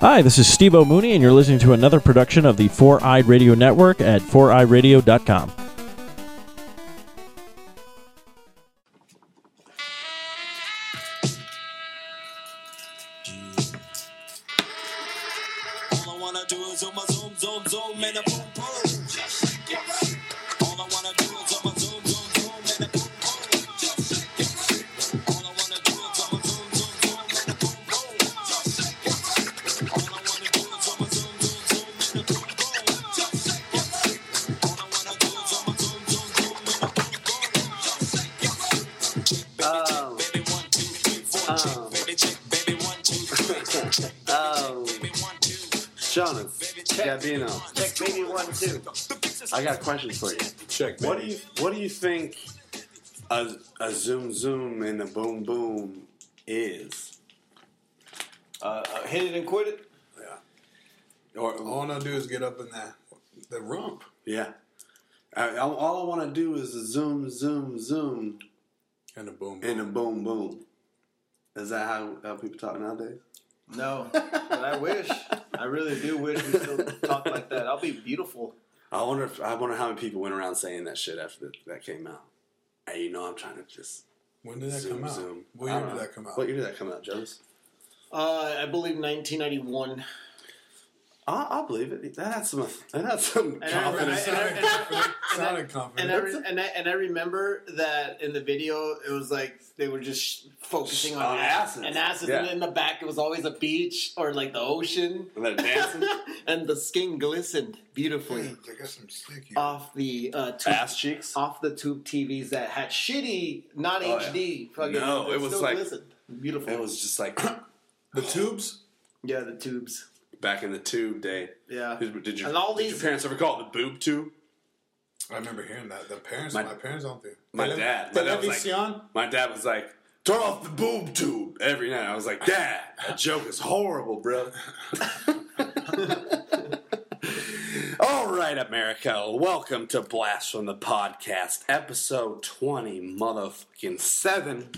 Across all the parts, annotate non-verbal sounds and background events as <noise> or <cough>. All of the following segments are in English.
Hi, this is Steve O'Mooney, and you're listening to another production of the Four Eyed Radio Network at fouryradio.com. All I wanna do is zoom, a zoom, zoom, zoom, and a boom, boom. Just like it right. All I wanna do is zoom, a zoom, zoom, zoom, and a boom, boom. Just like it right. All I wanna do is zoom, a zoom, zoom, zoom, and a boom, boom. Just like it right. All I wanna do is zoom, a zoom, zoom, zoom, and a boom, boom. Just like it right. All I wanna do is zoom, a zoom, zoom, zoom, and a boom, boom. Just like it right. Check, baby, check, baby, one, two, three, four. Check, baby, check, baby, one, two, three. Check, baby, Oh, check, baby, one, two. Jonas Gabino, Check baby one two. I got a question for you. Check. What do you What do you think a, a zoom zoom and a boom boom is? Uh, uh, hit it and quit it. Or All I wanna do is get up in that the rump. yeah, I, I- all I want to do is a zoom zoom zoom And a boom. and a boom boom. Is that how, how people talk nowadays? No, but I wish. I really do wish we still talk like that. I'll be beautiful. I wonder. If, I wonder how many people went around saying that shit after that, that came out. Hey, you know, I'm trying to just when did that zoom come out? zoom. What I year don't did know. that come out? What year did that come out, Jonas? Uh, I believe 1991. I, I believe it. That had some. That had some I- Confident. confidence. I- sounded I- confident. Sounded And I, confident. re- and I and I remember that in the video, it was like they were just sh- focusing on On asses. and asses, and Yeah. in the back it was always a beach or like the ocean, And they're <laughs> dancing. and the skin glistened beautifully I got some Mm. sticky. off the uh, tube, ass cheeks. off the tube TVs that had shitty, not Oh, yeah. HD. Fucking, No, but it was still like- glistened. beautiful. It was just like <clears throat> the tubes. yeah, the tubes. back in the tube day. Yeah. Did, did your, And all did these- your parents ever call it the boob tube? I remember hearing that. The parents, My- my, parents don't think. My dad. My dad, was like, Television. my dad was like, turn off the boob tube every night. I was like, Dad, that joke is horrible, bro. <laughs> All right, America, welcome to Blast from the Podcast, episode 20, motherfucking 7.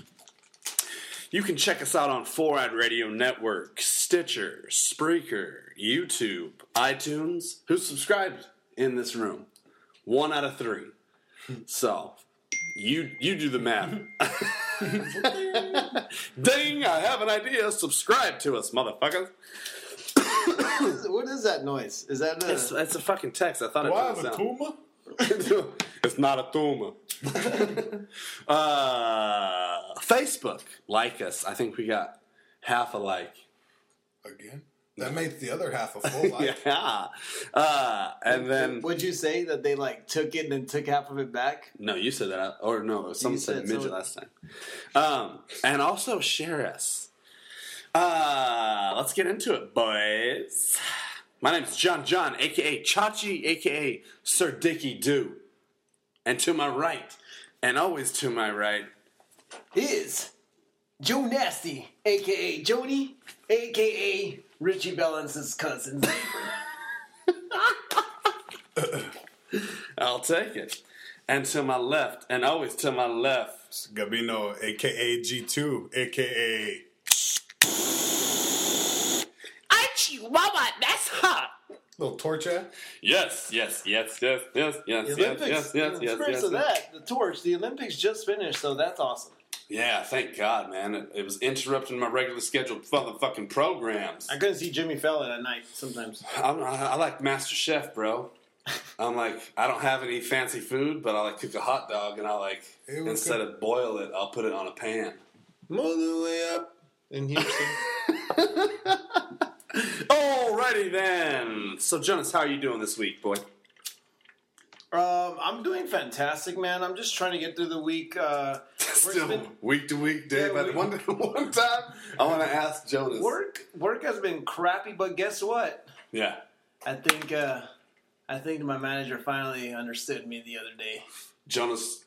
You can check us out on 4 Radio Network, Stitcher, Spreaker, YouTube, iTunes. Who's subscribed in this room? One out of three. So, you you do the math. Ding! I have an idea. Subscribe to us, motherfucker. Is- What is that noise? Is that a, It's, it's a fucking text. I thought it Why was have a sound. tumor? <laughs> it's not a tumor. <laughs> uh, Facebook, like us. I think we got half a like. Again. That makes the other half <laughs> a full life. Yeah. Uh, and then would you say that they like took it and then took half of it back? no, you said that, or no, someone said, said midget someone- last time. Um, and also share us. Uh, let's get into it, boys. My name is John John, aka Chachi, aka Sir Dicky Doo. And to my right, and always to my right, Is Joe Nasty, aka Jody, aka Richie <laughs> Balance's cousin. I'll take it. And to my left, and always to my left, Gabino, aka G2, aka I Chihuahua, that's hot. Little Torcha. Yes, yes, yes, yes, yes, yes, yes, yes, yes, yes, in yes, terms yes, of that, the torch, the Olympics just finished, so that's awesome. Yeah, thank God, man. It, it was interrupting my regular scheduled motherfucking programs. I couldn't see Jimmy Fallon at night sometimes. I'm, I, I like Master Chef, bro. I'm like, I don't have any fancy food, but I like cook a hot dog, and I like Hey, we're instead of boil it, I'll put it on a pan. All the way up. <laughs> In Houston. Alrighty then. So Jonas, how are you doing this week, boy? um, I'm doing fantastic, man. I'm just trying to get through the week. <laughs> Uh, we're Still spin- week to week, day Yeah, by we- one <laughs> one time. I want to ask Jonas. work work has been crappy, but guess what? Yeah. I think uh, I think my manager finally understood me the other day. Jonas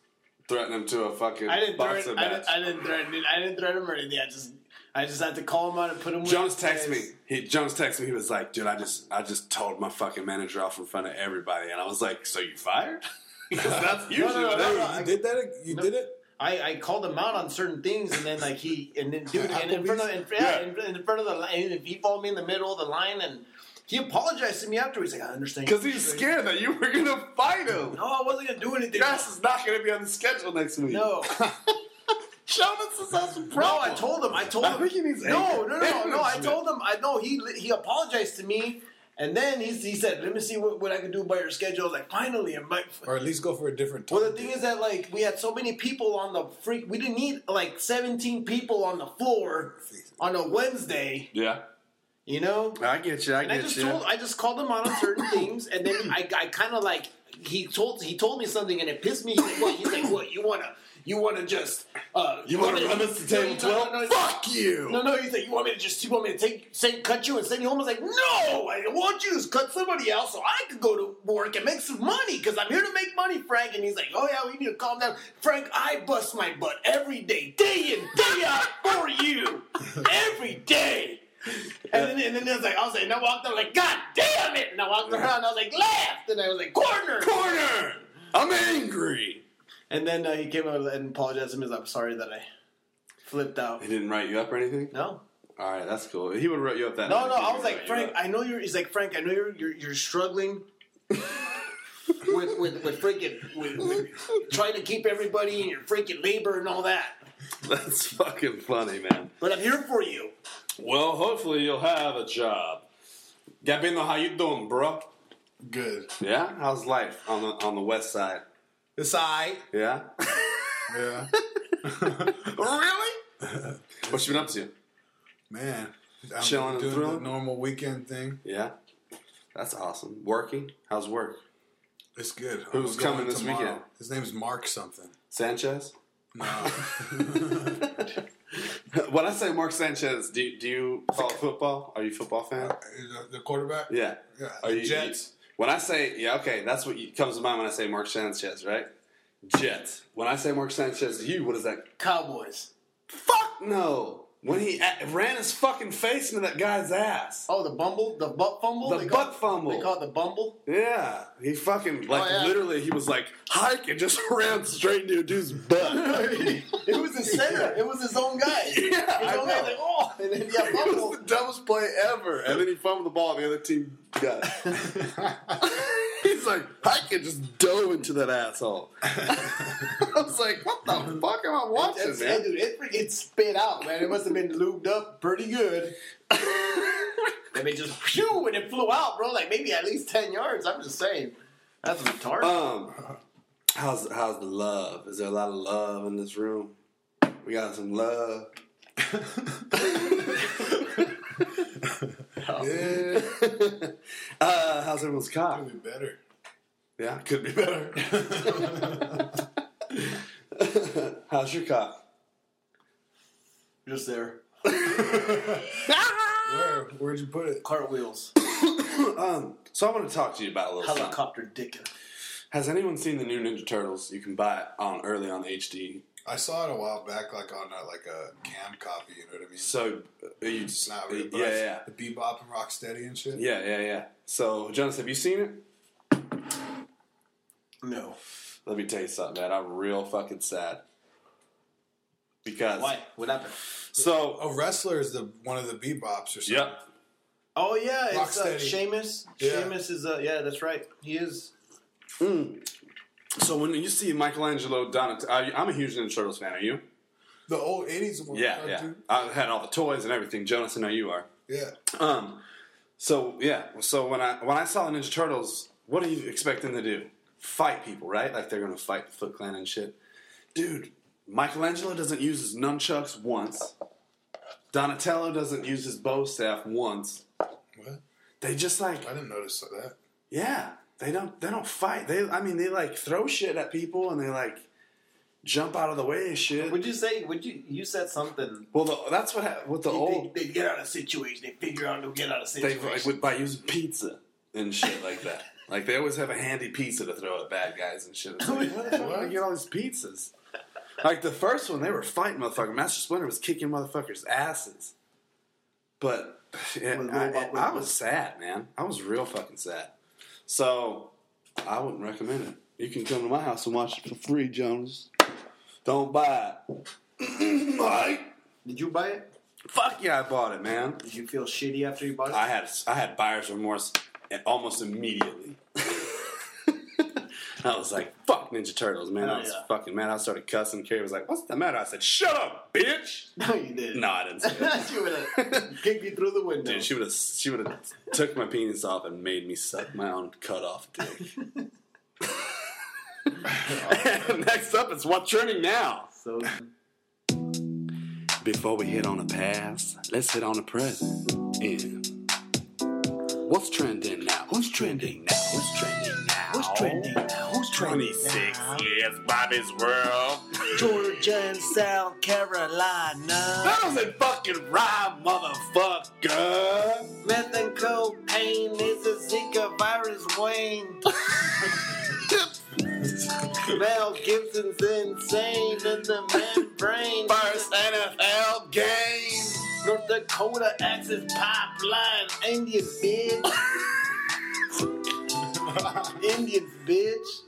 threatened him to a fucking I didn't boxing threaten. I match. didn't, I didn't threaten. I didn't threaten him or anything. I just I just had to call him out and put him. Jones where he texted me. is. He Jones texted me. He was like, "Dude, I just I just told my fucking manager off in front of <laughs> everybody," and I was like, "So you fired?" Because that's usually <laughs> no, what no, I no, do. no. You did that? You did it? I, I called him out on certain things, and then like he and then dude, and in front of in, yeah. in, in front of the line, and he followed me in the middle of the line, and he apologized to me after. He's like, I understand Because he's scared that you were gonna fight him. No, I wasn't gonna do anything. Grass is not gonna be on the schedule next week. <laughs> No, Sheldon's this has some no, problem. I told him. I told I him. think he needs no, anger no, no, no. <laughs> I management. told him. I know he he apologized to me, and then he he said, "Let me see what, what I can do about your schedule." I was like, finally, and my or at least go for a different time. Well, the thing is that like we had so many people on the freak. We didn't need like seventeen people on the floor on a Wednesday. Yeah, You know, I get you. I and I get just you. told I just called him out on <coughs> certain things, and then I, I kind of like he told he told me something, and it pissed me. He's like, what? He's like, what? You wanna you wanna just uh, you want to run us to table No, twelve? no, no, Fuck you. no, no, you think you want me to just you want me to take say cut you and send you home? I was like, no, I want you to just cut somebody else so I could go to work and make some money because I'm here to make money, Frank. And he's like, oh yeah, we need to calm down, Frank. I bust my butt every day, day in day out for you, every day. And then, and then I was like, I was like, and I walked out like, God damn it! And I walked around, I was like, left, and I was like, corner. Corner. I'm angry. And then uh, he came out and apologized to me. He's like, I'm sorry that I flipped out. He didn't write you up or anything. No, All right, that's cool. He would have wrote you up that. No, night no, if he I was would've like, wrote you Frank, up. I know you're. He's like, Frank, I know you're. You're, you're struggling <laughs> with with with freaking with, with trying to keep everybody and your freaking labor and all that. That's fucking funny, man. But I'm here for you. Well, hopefully you'll have a job. Gabino, how you doing, bro? Good. Yeah, how's life on the on the west side? It's I. <laughs> Yeah. Yeah. really? <laughs> what you been up to? Man. I'm Chilling and doing the thrilling? normal weekend thing. Yeah. That's awesome. Working? How's work? It's good. I'm Who's going coming this tomorrow. weekend? His name's Mark something. Sanchez? <laughs> No. When I say Mark Sanchez, do, do you follow football? Are you a football fan? The- the quarterback? Yeah. Yeah, Are you Jets. when I say yeah, okay, that's what you, comes to mind when I say Mark Sanchez, right? Jets. When I say Mark Sanchez, you, what is that? Cowboys. Fuck no! When he a- ran his fucking face into that guy's ass. Oh, the bumble, the butt fumble. The they call it- butt fumble. They call it the bumble. Yeah, he fucking like Oh, yeah. literally. He was like hike and just <laughs> ran straight into a dude's <laughs> butt. it was the center. It was his own guy. <laughs> Yeah, his I own guy. know. Like, oh, and then yeah, <laughs> It was bumble. the dumbest play ever. And then he fumbled the ball, and the other team got it. <laughs> He's like, I can just dove into that asshole. <laughs> I was like, what the fuck am I watching, That's, man? dude, it, freaking- it spit out, man. It must have been lubed up pretty good. and it just <laughs> phew, and it flew out, bro. Like maybe at least ten yards. I'm just saying, that's retarded. Um, how's how's the love? Is there a lot of love in this room? We got some love. <laughs> <laughs> Yeah. uh, how's everyone's cock? Could be better. Yeah, could be better. <laughs> How's your cock? just there, Where? Where'd you put it? cartwheels, Um, so I want to talk to you about a little something. helicopter dick. Has anyone seen the new Ninja Turtles? You can buy it on early on HD. I saw it a while back, like on a, like a canned copy. You know what I mean? So uh, you it's just not really. but I- yeah, The bebop and rocksteady and shit. yeah, yeah, yeah, yeah. So Jonas, have you seen it? No, Let me tell you something, man. I'm real fucking sad because why? What happened? so A wrestler is the one of the bebops or something. yeah. Oh yeah, it's uh, Rocksteady. Sheamus. Yeah. Sheamus is uh, yeah, that's right. He is. Mm. So when you see Michelangelo Donatello, I- I'm a huge Ninja Turtles fan. Are you? The old eighties one. uh, Yeah, cartoon. yeah. I had all the toys and everything. Jonas, I know you are. Yeah. Um, so yeah, so when I when I saw the Ninja Turtles, what do you expect them to do? Fight people, right? Like they're gonna fight the Foot Clan and shit. Dude, Michelangelo doesn't use his nunchucks once. Donatello doesn't use his bow staff once. What? They just like I didn't notice that. yeah, they don't they don't fight. They I mean they like throw shit at people and they like jump out of the way and shit. Would you say? Would you? You said something. well, the, that's what hap- what the old They, they get out of situation. They figure out to get out of they situation. like with, by using pizza and shit like that. Like they always have a handy pizza to throw at bad guys and shit. It's like, where the fuck do I get all these pizzas? Like the first one, they were fighting motherfucker. Master Splinter was kicking motherfuckers' asses. But it- With I, robot I weapons. was sad, man. I was real fucking sad. So I wouldn't recommend it. You can come to my house and watch it for free, Jones. Don't buy it. <clears throat> Mike, Did you buy it? fuck yeah, I bought it, man. Did you feel shitty after you bought it? I had I had buyer's remorse and almost immediately. <laughs> I was like, "Fuck Ninja Turtles, man!" I Oh, was yeah. fucking mad. I started cussing. Carrie was like, "What's the matter?" I said, "Shut up, bitch!" <laughs> no, you didn't. <laughs> No, I didn't say that. she would have kicked you through the window. Dude, she would have she would have took my penis off and made me suck my own cut off dick. <laughs> <laughs> Next up, it's what's trending now. so Before we hit on the past, let's hit on the present. And what's trending now? Who's trending now? Who's trending now? Who's trending now? Who's 26 years Bobby's World? Georgia and South Carolina. That doesn't fucking rhyme, motherfucker! Meth and cocaine is a Zika virus <laughs> waned. Mel Gibson's insane in the membrane. First NFL game! <laughs> North Dakota access pipeline. Indians, bitch. Indians, bitch.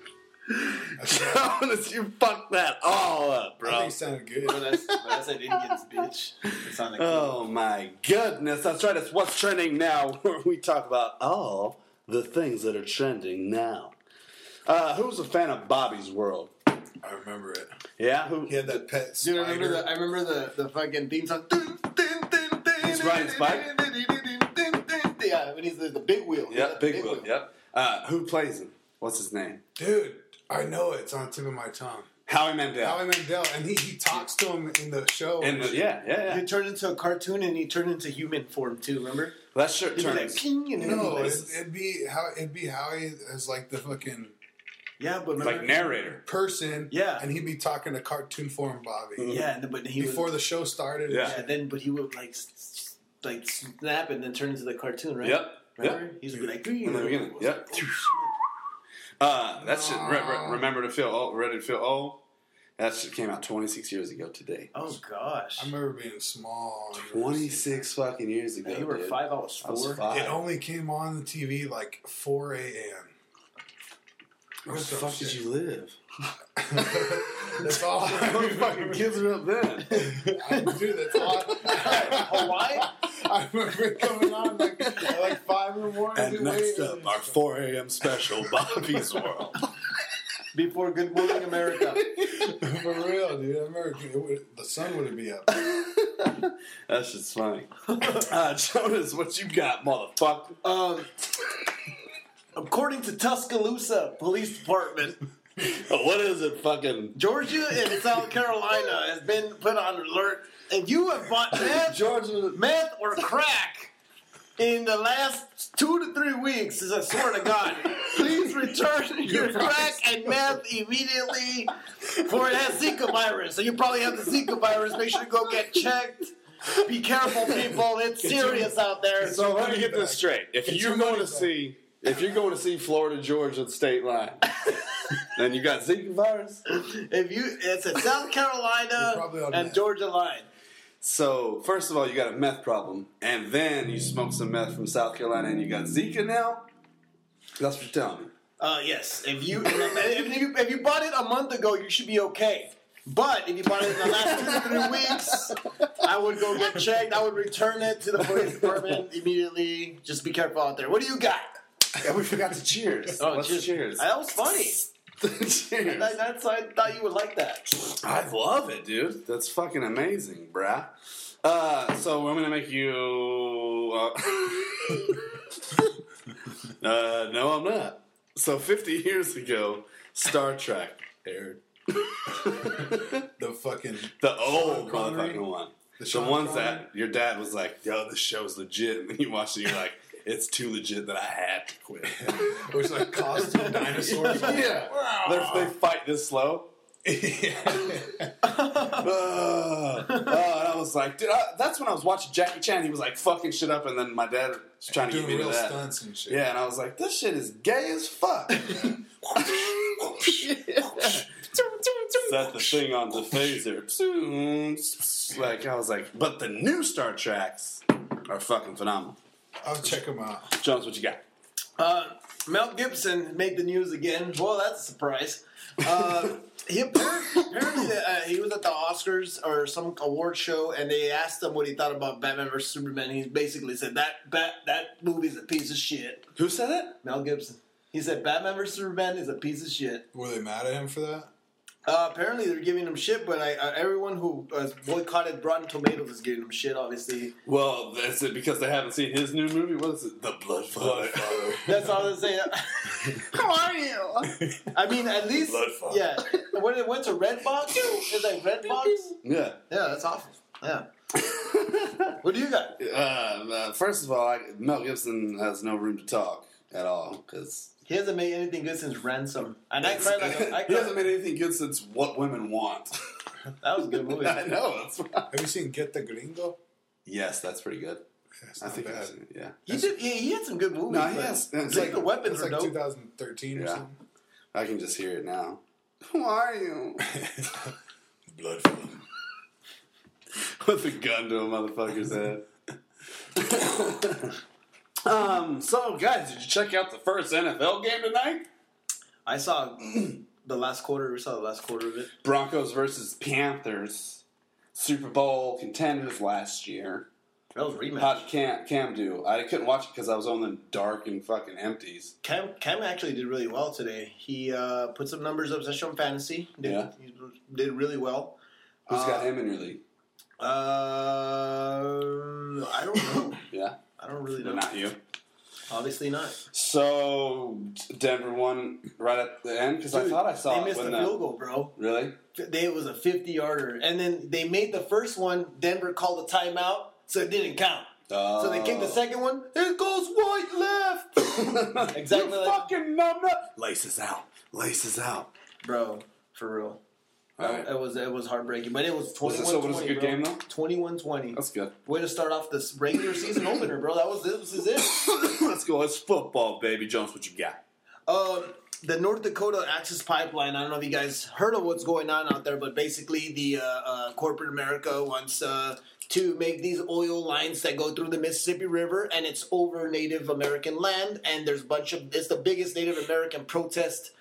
Jonas, you fucked that all up, I think bro. it sounded But good. I, but I said Indians, bitch. It sounded cool. Oh my goodness. That's right, it's what's trending now, <laughs> where we talk about all the things that are trending now. Uh, who's a fan of Bobby's World? I remember it. Yeah, who? He had that pet Dude, spider. I remember the I remember the, the fucking theme song. It's It's Ryan Spike? Yeah, when he's the, the big wheel. Yep, Big Will. Yep. Uh, who plays him? What's his name? Dude, I know it. It's on the tip of my tongue. Howie Mandel. Howie Mandel, and he, he talks to him in the show. and the- yeah, yeah, He yeah. turned into a cartoon and he turned into human form too. Remember? That shirt He'd be like, turns ping, and no, no, it'd, it'd be how it'd be Howie as like the fucking yeah, but remember, like narrator. person. Yeah. and he'd be talking to cartoon form Bobby yeah, and then- but he before would, the show started. Mm-hmm. Yeah. yeah, then but he would like s- s- like snap and then turn into the cartoon, right? Yep. Remember? Yep. He's like, In the beginning. Yep. Uh, that shit. Re- re- remember to feel old. Ready to feel old. That shit came out 26 years ago today. Oh gosh. I remember being small. 26 fucking years ago. Yeah, you were dude. five, I was I four. was five. It only came on the TV like 4 a.m. <laughs> Where the Some fuck shit. did you <laughs> live? <laughs> That's all. I fucking kids were up then. Dude, that's all. Hawaii? <laughs> I remember coming on like at like five in the morning. <laughs> And dude, next wait. up, our 4 a.m. <laughs> special, Bobby's World. Before Good Morning America. <laughs> for real, dude. I remember it would- the sun would be up. <laughs> That shit's funny. <laughs> Uh, Jonas, what you got, motherfucker? Um, according to Tuscaloosa Police Department, What is it, fucking? Georgia and South Carolina has been put on alert. If you have <laughs> bought meth, Georgia. meth or crack in the last two to three weeks, as I swear to God, please return your crack and meth immediately, for it has Zika virus. So you probably have the Zika virus. Make sure you go get checked. Be careful, people. It's serious out there. So let me get this straight. If you're your going money to back. see, if you're going to see Florida Georgia state <laughs> line, then you got Zika virus. If you, it's a probably South Carolina on and that. Georgia line. So first of all, you got a meth problem, and then you smoke some meth from South Carolina, and you got Zika now. That's what you're telling me. Uh, yes. If you, if you if you bought it a month ago, you should be okay. But if you bought it in the last two to three weeks, I would go get checked. I would return it to the police department immediately. Just be careful out there. What do you got? And we forgot to cheers. Let's cheers. cheers. That was funny. <laughs> cheers. That, that's I thought you would like that. I love it, dude. That's fucking amazing, bruh. Uh, so I'm gonna make you. Uh, <laughs> uh, no, I'm not. So 50 years ago, Star Trek aired. The fucking The old Connery? motherfucking one. The, The Sean ones Connery? that your dad was like, "Yo, this show's legit," and then you watched it, you're like, "It's too legit that I had to <laughs> quit." it was like costume dinosaurs. yeah, They're- they fight this <laughs> slow. <laughs> Uh, uh, and I was like, dude, I, that's when I was watching Jackie Chan. He was like fucking shit up, and then my dad was trying to Doing get me to real that. stunts and shit. Yeah, and I was like, this shit is gay as fuck. Set the thing on the phaser. like I was like, but the new Star Treks are fucking phenomenal. I'll check them out. Jones, what you got? Uh, Mel Gibson made the news again. Well, that's a surprise. Uh, he apparently, apparently uh, he was at the Oscars or some award show, and they asked him what he thought about Batman vs Superman. He basically said that that that movie's a piece of shit. Who said it? Mel Gibson. He said Batman vs Superman is a piece of shit. Were they mad at him for that? Uh, apparently they're giving him shit, but I, uh, everyone who uh, boycotted Rotten Tomatoes is giving him shit. Obviously, Well, that's it because they haven't seen his new movie. What is it? The Bloodfather. that's all I'm saying. <laughs> How are you? I mean, at least Bloodfather. yeah. When it went to Redbox, it's like Redbox. yeah. Yeah, that's awful. <laughs> Yeah. what do you got? Um, uh, first of all, I, Mel Gibson has no room to talk at all because He hasn't made anything good since Ransom, and I cried like a, I <laughs> he hasn't cried. made anything good since What Women Want. That was a good <laughs> movie. I know. That's right. Have you seen Get the Gringo? Yes, that's pretty good. That's I not think bad. it's- yeah. He did. He, he had some good movies. No, he but has. It's Take like, the weapons It's are like dope. 2013 or Yeah. something. I can just hear it now. Who are you? Blood flow. <laughs> With a gun to a motherfucker's head. <laughs> um. So, guys, did you check out the first NFL game tonight? I saw <clears throat> the last quarter. We saw the last quarter of it. Broncos versus Panthers, Super Bowl contenders last year. That was a How rematch. did Cam, Cam do? I couldn't watch it because I was on the dark and fucking empties. Cam, Cam actually did really well today. He uh, put some numbers up. Session fantasy. Did, Yeah. he did really well. Who's got Uh, him in your league? Um, I don't know. Yeah, I don't really but know. not you. Obviously not. So Denver won right at the end because I Dude, thought I saw they it missed when uh, the the field goal, bro. really. They, it was a 50 yarder. And then they made the first one. Denver called a timeout, so it didn't count. So they Oh. kicked the second one. It goes white <laughs> left. second. Exactly You like- fucking numb nut. Laces out. Laces out. Bro, for real. All right. It was it was heartbreaking, but it was Was it- so 21 it was a good game, though? 21 20. That's good. Way to start off this regular season opener, bro. That was this is it. <coughs> Let's go. It's football, baby. Jones, what you got? Um, the North Dakota Access Pipeline. I don't know if you guys heard of what's going on out there, but basically, the uh, uh, corporate America wants uh, to make these oil lines that go through the Mississippi River, and it's over Native American land. And there's a bunch of it's the biggest Native American protest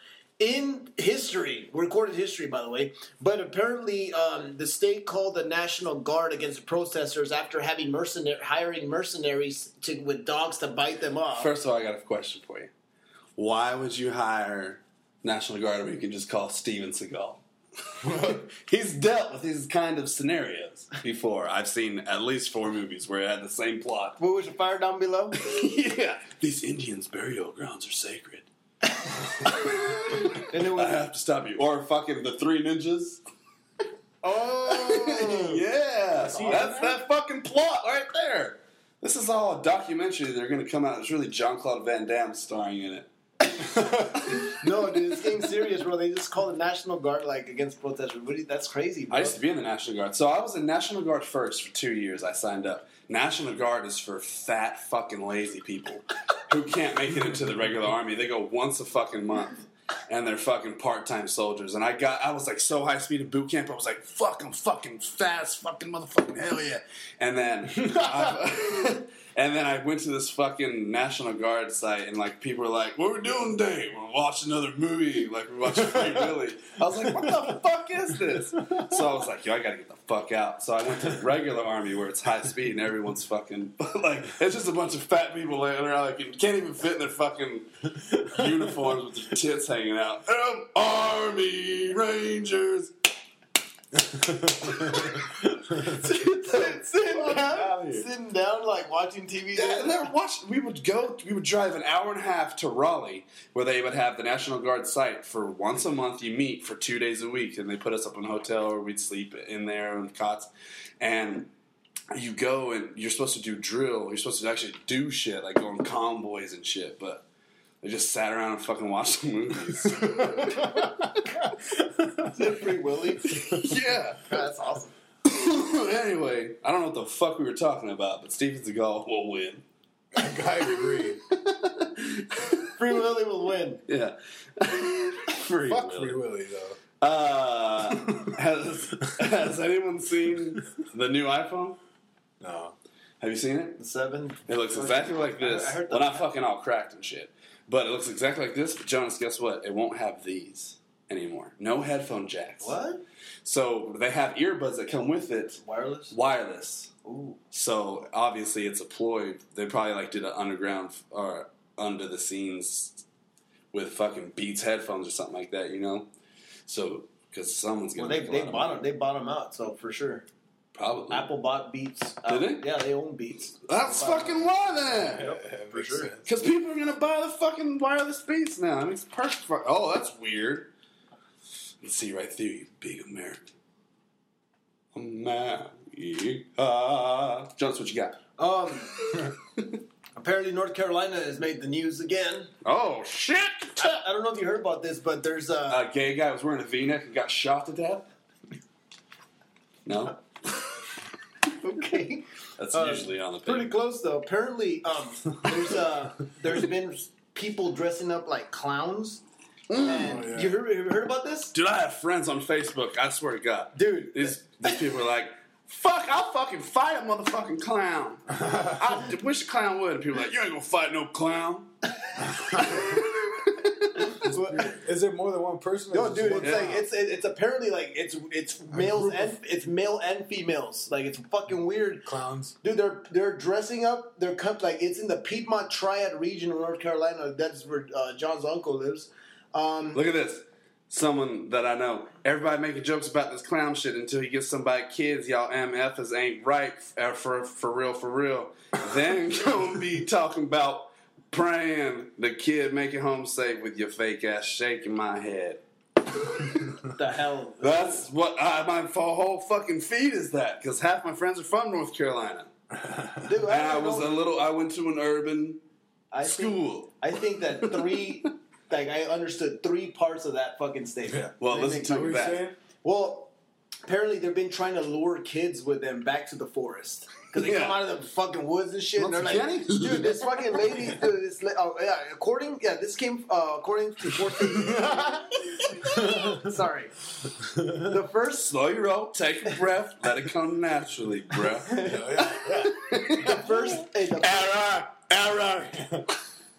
in history, recorded history, by the way. But apparently, um, the state called the National Guard against the protesters after having mercenar- hiring mercenaries to, with dogs to bite them off. First of all, I got a question for you. Why would you hire National Guard when you can just call Steven Seagal? <laughs> He's dealt with these kind of scenarios before. I've seen at least four movies where it had the same <laughs> plot. what was your fire down <laughs> below? yeah, these Indians' burial grounds are sacred. And it I was have to stop you. Or fucking the Three Ninjas. Oh, <laughs> yeah, that's that fucking plot right there. This is all a documentary. They're going to come out. It's really John Claude Van Damme starring in it. no, dude, it's getting serious, bro. They just call the National Guard like against protesters. What do you- that's crazy, bro. I used to be in the National Guard. So I was in National Guard first for two years. I signed up. National Guard is for fat fucking lazy people who can't make it into the regular army. They go once a fucking month. And they're fucking part-time soldiers. And I got, I was like so high speed in boot camp. I was like, fuck, I'm fucking fast, fucking motherfucking hell yeah. And then, I, and then I went to this fucking National Guard site, and like people were like, "What are we doing today? We're watching another movie. Like we're watching Free Willy." I was like, "What the fuck is this?" So I was like, "Yo, I gotta get the fuck out." So I went to the regular army where it's high speed and everyone's fucking <laughs> like it's just a bunch of fat people laying around like you can't even fit in their fucking uniforms with their tits hanging out. Um, army Rangers. sitting outta down, here. sitting down, like watching <laughs> TV. Yeah, and they were watching. We would go. We would drive an hour and a half to Raleigh, where they would have the National Guard site for once a month. You meet for two days a week, and they put us up in a hotel, where we'd sleep in there on cots, and. You go and you're supposed to do drill. You're supposed to actually do shit, like go on convoys and shit. But they just sat around and fucking watched the movies. <laughs> Free Willy. yeah. That's awesome. <laughs> anyway, I don't know what the fuck we were talking about, but Steven Seagal will win. I agree. Free Willy will win. Yeah. <laughs> Free Fuck will. Free Willy though. <laughs> Uh, has, has anyone seen the new iPhone? No. Have you seen it? The seven. It looks exactly like this. I heard well, not fucking all cracked and shit, but it looks exactly like this. But Jonas, guess what? It won't have these anymore. No headphone jacks. What? So they have earbuds that come with it, Wireless. wireless. Ooh. So obviously it's a ploy. They probably like did an underground or under the scenes with fucking Beats headphones or something like that, you know. So because someone's Well, gonna make they a they lot of bought money. them. They bought 'em out. So for sure, probably. Apple bought Beats. out. Did they? Yeah, they own Beats. That's Apple bought fucking why then. Yep, for sure. Because people are gonna buy the fucking wireless Beats now. I mean, it's perfect. For, oh, that's weird. I can see right through you, big American. America. Jonas, what you got? Um, <laughs> apparently North Carolina has made the news again. Oh shit! I, I don't know if you heard about this, but there's a. A gay guy was wearing a V-neck and got shot to death. No, okay. that's Uh, usually on the Pretty paper. close though. Apparently, um, there's uh, there's been people dressing up like clowns. And Oh, yeah. you, heard, you heard about this, Dude, I have friends on Facebook. I swear to God, dude? These, these people are like, fuck, I'll fucking fight a motherfucking clown. I d- wish a clown would. And people are like, you ain't gonna fight no clown. So, is there more than one person? or No, just dude, one it's like it's it- it's apparently like it's it's males and it's male and females. Like it's fucking weird. clowns. Dude, they're they're dressing up. They're cut like it's in the Piedmont Triad region of North Carolina. That's where uh, John's uncle lives. Um, Look at this. Someone that I know. Everybody making jokes about this clown shit until he gets somebody kids. Y'all MFs ain't right uh, for for real, for real. then <laughs> gonna be talking about praying the kid make it home safe with your fake ass shaking my head. what the hell? That's what I, my f- whole fucking feed is that because half my friends are from North Carolina. Dude, And I don't was a know. little. I went to an urban I think- school. I think that three, like I understood three parts of that fucking statement. Well, They listen make- What to were you that. saying? Well, apparently they've been trying to lure kids with them back to the forest because they Yeah. come out of the fucking woods and shit. And they're Once like, again? dude, this fucking lady, dude, this la- oh yeah, according yeah, this came uh, according to fourteen. Sorry, the first Slow your roll. Take a breath. let it come naturally, bruh. <laughs> Yeah, yeah, yeah. the first eh, the, error, error.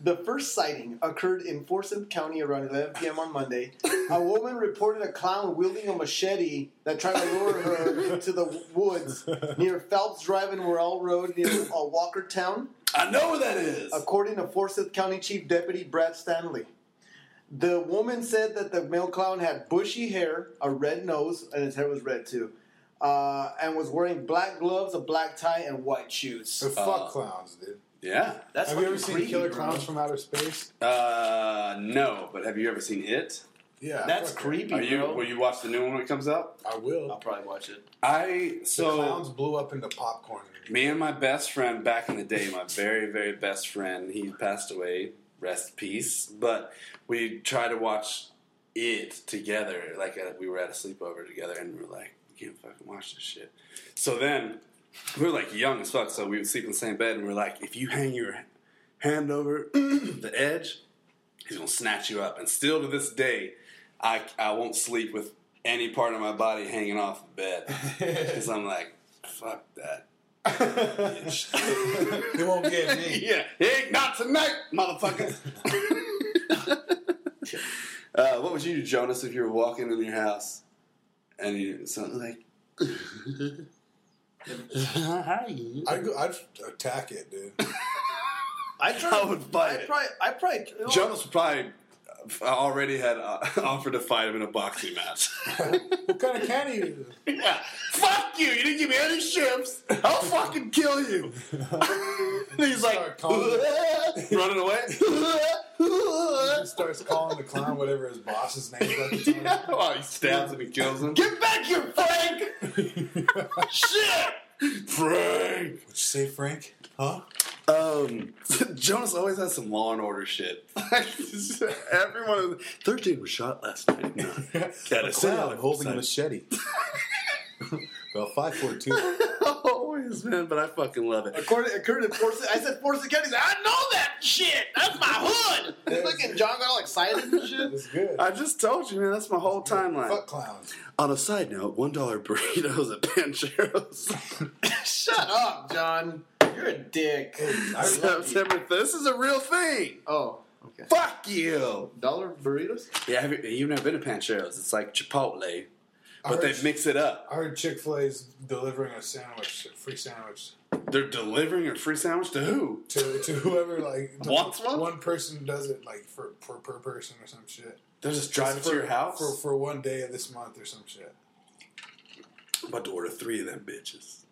the first sighting occurred in Forsyth County around 11 p.m. on Monday. A woman reported a clown wielding a machete that tried to lure her to the woods near Phelps Drive and Worrell Road near uh, Walkertown. I know what that is. according to Forsyth County Chief Deputy Brad Stanley. The woman said that the male clown had bushy hair, a red nose, and his hair was red too, uh, and was wearing black gloves, a black tie, and white shoes. So fuck clowns, dude. Yeah. That's Have you ever fucking seen creepy, Killer bro. Clowns from Outer Space? Uh, no. But have you ever seen it? Yeah, That's fuck creepy, Oh. Are you? bro. Will you watch the new one when it comes out? it. I will. I'll probably watch it. I The clowns so. blew up into popcorn. Me and my best friend back in the day, my very, very best friend, he passed away, rest in peace. But we tried to watch it together, like uh we were at a sleepover together, and we were like, we can't fucking watch this shit. So then we were like young as fuck, so we would sleep in the same bed, and we were like, if you hang your hand over <clears throat> the edge, he's gonna snatch you up. And still to this day, I, I won't sleep with any part of my body hanging off the bed because I'm like, fuck that. bitch. It won't get <laughs> me. yeah, hey, not tonight, motherfucker. <laughs> uh, what would you do, Jonas, if you were walking in your house and you something like, I'd, go, I'd attack it, dude. <laughs> I <laughs> I would fight I it. probably, I probably. Jonas probably uh, already had uh, <laughs> offered to fight him in a boxing match. what kind of can you? <laughs> yeah, fuck you! You didn't give me any shifts. I'll fucking kill <laughs> you. and he's Start like <laughs> calling- running <laughs> away. He starts calling the clown whatever his boss's name <laughs> is at the time. Yeah, well, he stabs him and kills him. Get back here, Frank! Shit! Frank! What'd you say, Frank? Huh? Um, <laughs> Jonas always has some Law and Order shit. <laughs> Everyone, thirteen was shot last night. No. That A is clown holding a sad. machete. well, five foot two. <laughs> always, man. But I fucking love it. According, according to Forsyth, I said Forsyth County. he's like, I know that shit. That's my hood. He's looking, John got all excited and <laughs> shit. It's good. I just told you, man. That's my whole timeline. Fuck clowns. On a side note, one dollar burritos at Pancheros. Shut up, John. You're a dick. I love you. September. This is a real thing. Oh, okay. Fuck you. Dollar burritos? Yeah, have you, you've never been to Pancheros. It's like Chipotle, I but they heard- mix it up. I heard Chick Fil A's delivering a sandwich, a free sandwich, They're delivering a free sandwich to who? to, to whoever like the- Wants one? One person does it like for per, per person or some shit. They'll just drive it to your house. for for one day of this month or some shit. I'm about to order three of them bitches.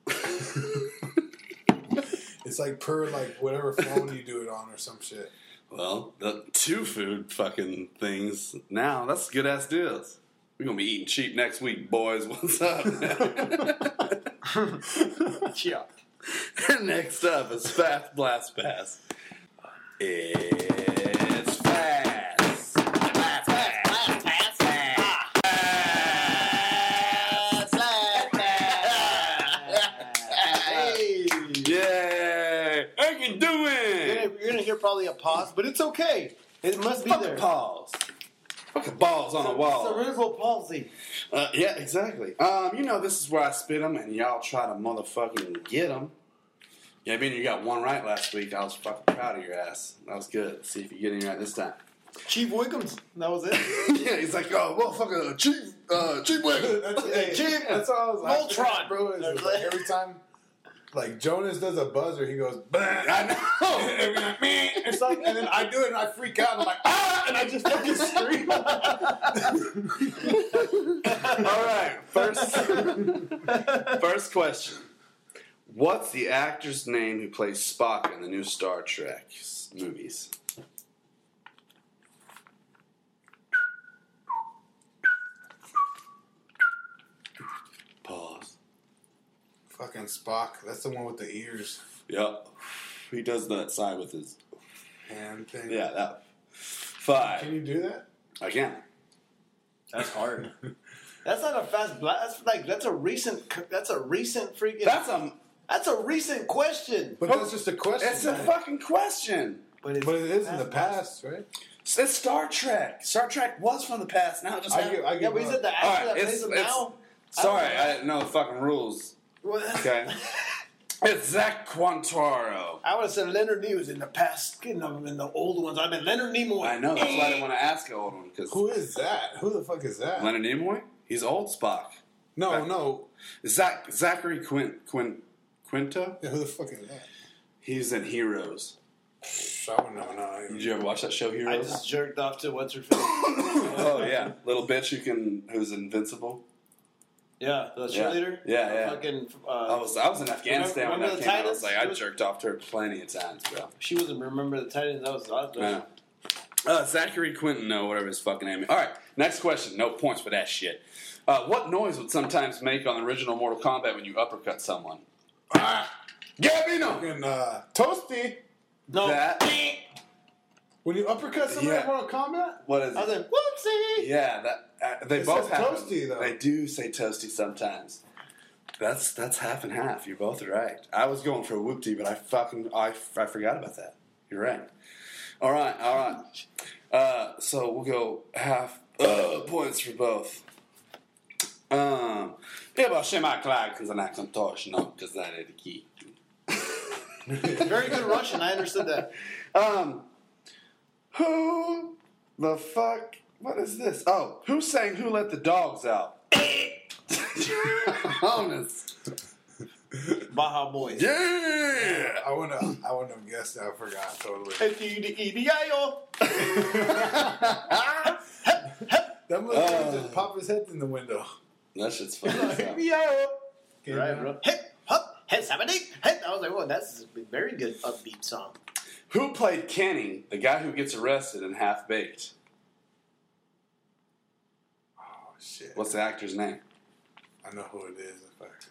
It's like per like <laughs> whatever phone you do it on or some shit. Well, the two food fucking things now. That's good ass deals. We're gonna be eating cheap next week, boys. <laughs> What's up? <laughs> Yeah. <laughs> Next up is Fast Blast Pass. It's Fast. Blast Pass. Blast Pass. Fast Blast Pass. Hey. Yay! I can do You're it! gonna, you're gonna hear probably a pause, but it's okay. It must be Fuck there. a pause. Fucking balls on a wall. It's cerebral palsy. Uh, yeah, exactly. Um, you know, this is where I spit them, and y'all try to motherfucking get them. Yeah, I mean, you got one right last week. I was fucking proud of your ass. That was good. See if you get any right this time. <laughs> Chief Wiggums. That was it. yeah, he's like, oh, motherfucker, cheap, uh, cheap wigger. That's, <laughs> hey, Jim, that's all I was like. Voltron. bro. Is it's like every time, like Jonas does a buzzer, he goes, "Bah." I <laughs> know. Every night, "Meh," or something, and then I do it and I freak out. And I'm like, ah, and I just fucking scream. <laughs> All right, first, first question. What's the actor's name who plays Spock in the new Star Trek s- movies? Pause. fucking Spock. That's the one with the ears Yep. He does that side with his. hand thing. Yeah, that. Can Five. you do that? Again. That's hard. That's not a fast blast. That's like that's a recent. That's a recent freaking. That's a. that's a recent question. But that's just a question. Oh, It's a right? fucking question. But, it's But it is in the Fast past, right? It's Star Trek. Star Trek was from the past. Now it just. I give, I give Yeah, but is up. it the All actor right, that it's, plays him it's- now? sorry, I didn't know the fucking rules. Well, <laughs> Okay, it's Zach Quantaro. <laughs> I would have said Leonard Nimoy in the past. You know, in the old ones. I've been Leonard Nimoy. I know that's why I didn't want to ask an old one because Who is that? Who the fuck is that? Leonard Nimoy. He's old Spock. No, no. Zach Zachary Quint Quint Quinto. Yeah, who the fuck is that? He's in Heroes. Psh, I wouldn't know. No, Did you ever watch that show I Heroes? just jerked off to what's her <laughs> face. oh yeah, little bitch who can who's invincible. Yeah, the Yeah. cheerleader. Yeah, yeah. Oh, Fucking. Uh, I was I was in Afghanistan Remember when the that came out. I was Titans? like I jerked off to her plenty of times, bro. She wasn't remember the Titans. That was odd. Yeah. Uh, Zachary Quinton, no, whatever his fucking name is. All right, next question. No points for that shit. Uh, what noise would sometimes make on the original Mortal Kombat when you uppercut someone? Ah, Gabino! Fucking uh, Toasty. No. That- When you uppercut somebody Yeah. in Mortal Kombat? What is I was it? like, whoopsie. Yeah, that uh, they It both says happen. toasty, though. They do say toasty sometimes. That's that's half and half. You're both right. I was going for a whoopty, but I fucking I, I forgot about that. You're right. All right, all right. Uh, so we'll go half uh, points for both. Um, yeah, but shame I cried because I'm not going to no, because that is the key. Very good Russian. I <laughs> understood that. Um, who the fuck? What is this? Oh, who sang "Who Let the Dogs Out"? <laughs> Honest. Baja Boys. Yeah. I wouldn't have, I wouldn't have guessed. I forgot totally. <laughs> F-U-D-E-D-I-O. That motherfucker Uh. just pop his head in the window. That shit's <laughs> funny. Came Right, out. bro. Hip, hop, hip, somebody, hip. I was like, whoa, that's a very good upbeat song. who played Kenny, the guy who gets arrested in Half Baked? Oh shit! What's the actor's name? I know who it is. in fact.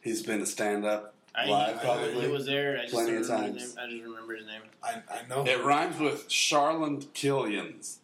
He's been a stand-up I, live, I- probably. It was there. I just Plenty don't of remember his times. name. I just remember his name. I I know. It rhymes with Charland Killians.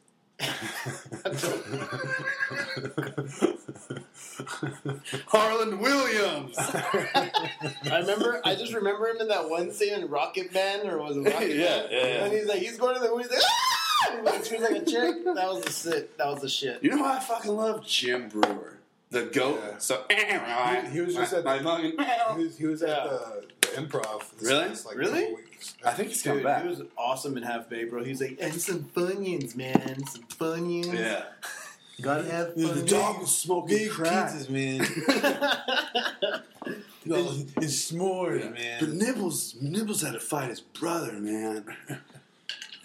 Harlan Williams. I remember. I just remember him in that one scene in Rocket Man, <laughs> or was it yeah, Rocket yeah, Man? yeah. And he's like, he's going to the movie. He's like, ah! And he screams like a chick. That was the shit. That was the shit. You know who I fucking love? Jim Brewer. The goat. Yeah. So <laughs> He- he was just my, at my the- fucking He was, he was at Yeah. the, the the improv. This Really? past, like, Really? couple weeks. I think he's coming Dude, back. he was awesome in Half Bay, bro. He's like, and some Funyuns, man. Some Funyuns. yeah. Gotta have Funyuns. was smoking pizzas, man. <laughs> it's s'mores, man. But Nibbles, Nibbles had to fight his brother, man. <laughs>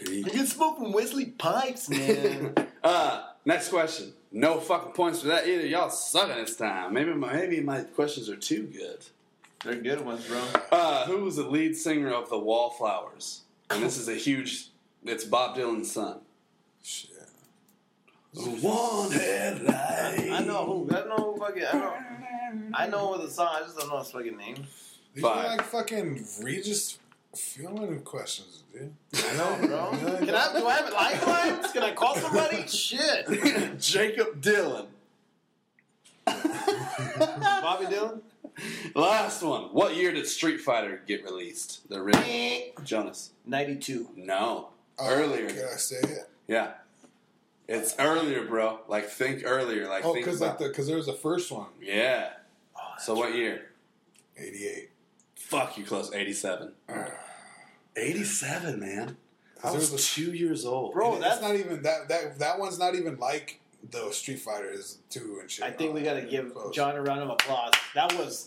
You're smoking Wesley Pipes, man. uh, next question. No fucking points for that either. Y'all sucking this time. Maybe my, maybe my questions are too good. <laughs> They're good ones, bro. Uh, who was the lead singer of the Wallflowers? And this is a huge. It's Bob Dylan's son. Shit. One headlight. I know who. I know who fucking. I know. I know the song. I just don't know his fucking name. These are Five. like fucking Regis feeling questions, dude. I know, bro. <laughs> Can I? Do I have lifelines? Can I call <laughs> somebody? <laughs> Shit. Jacob Dylan. Bobby Dylan. Last one. What year did Street Fighter get released? The original. Jonas. Ninety-two. No. Oh, earlier. Can I say it? Yeah. It's earlier, bro. Like think earlier. Like Oh, think because like about. the because there was the first one, yeah. so what year? eighty eight. Fuck you, close. Eighty-seven. Eighty-seven, man. I There was, was a- two years old, Bro, that's that's- not even that that that one's not even like the Street Fighters two and shit. I think we gotta Oh, give close. John a round of applause. That was.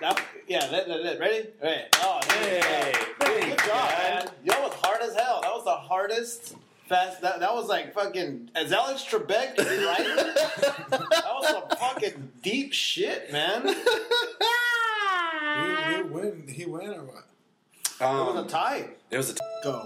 That, yeah, that, that, that- ready? Right. Oh, Hey, there you go. thank Good job, God. man. That was hard as hell. That was the hardest fast. That, that was like fucking. As Alex Trebek, right? that was some fucking deep shit, man. It He, he win. He win or what? Um, was a tie. It was a. T- Go.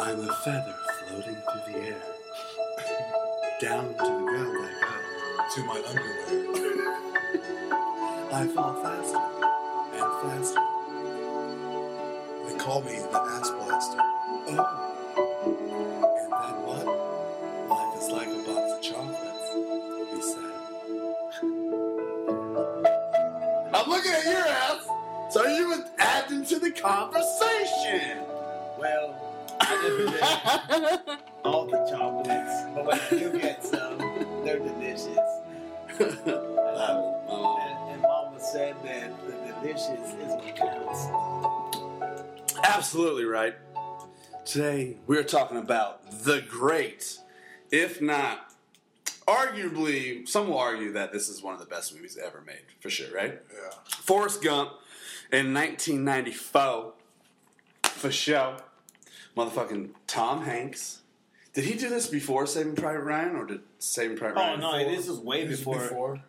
I'm a feather floating through the air, down to the ground like that. To my underwear. I fall faster and faster. They call me the ass blaster. Oh. And then what? Life is like a box of chocolates, he said. I'm looking at your ass, so you was adding to the conversation. <laughs> Well, <laughs> I didn't get all the chocolates, but when you get some, they're delicious. <laughs> And, and Mama said that the delicious is what counts. Absolutely right. Today we're talking about the great, if not arguably, some will argue that this is one of the best movies ever made, for sure, right? Yeah. Forrest Gump in 1994, for show. Motherfucking Tom Hanks. Did he do this before Saving Private Ryan, or did Saving Private Oh Ryan? no, this is way He's before. For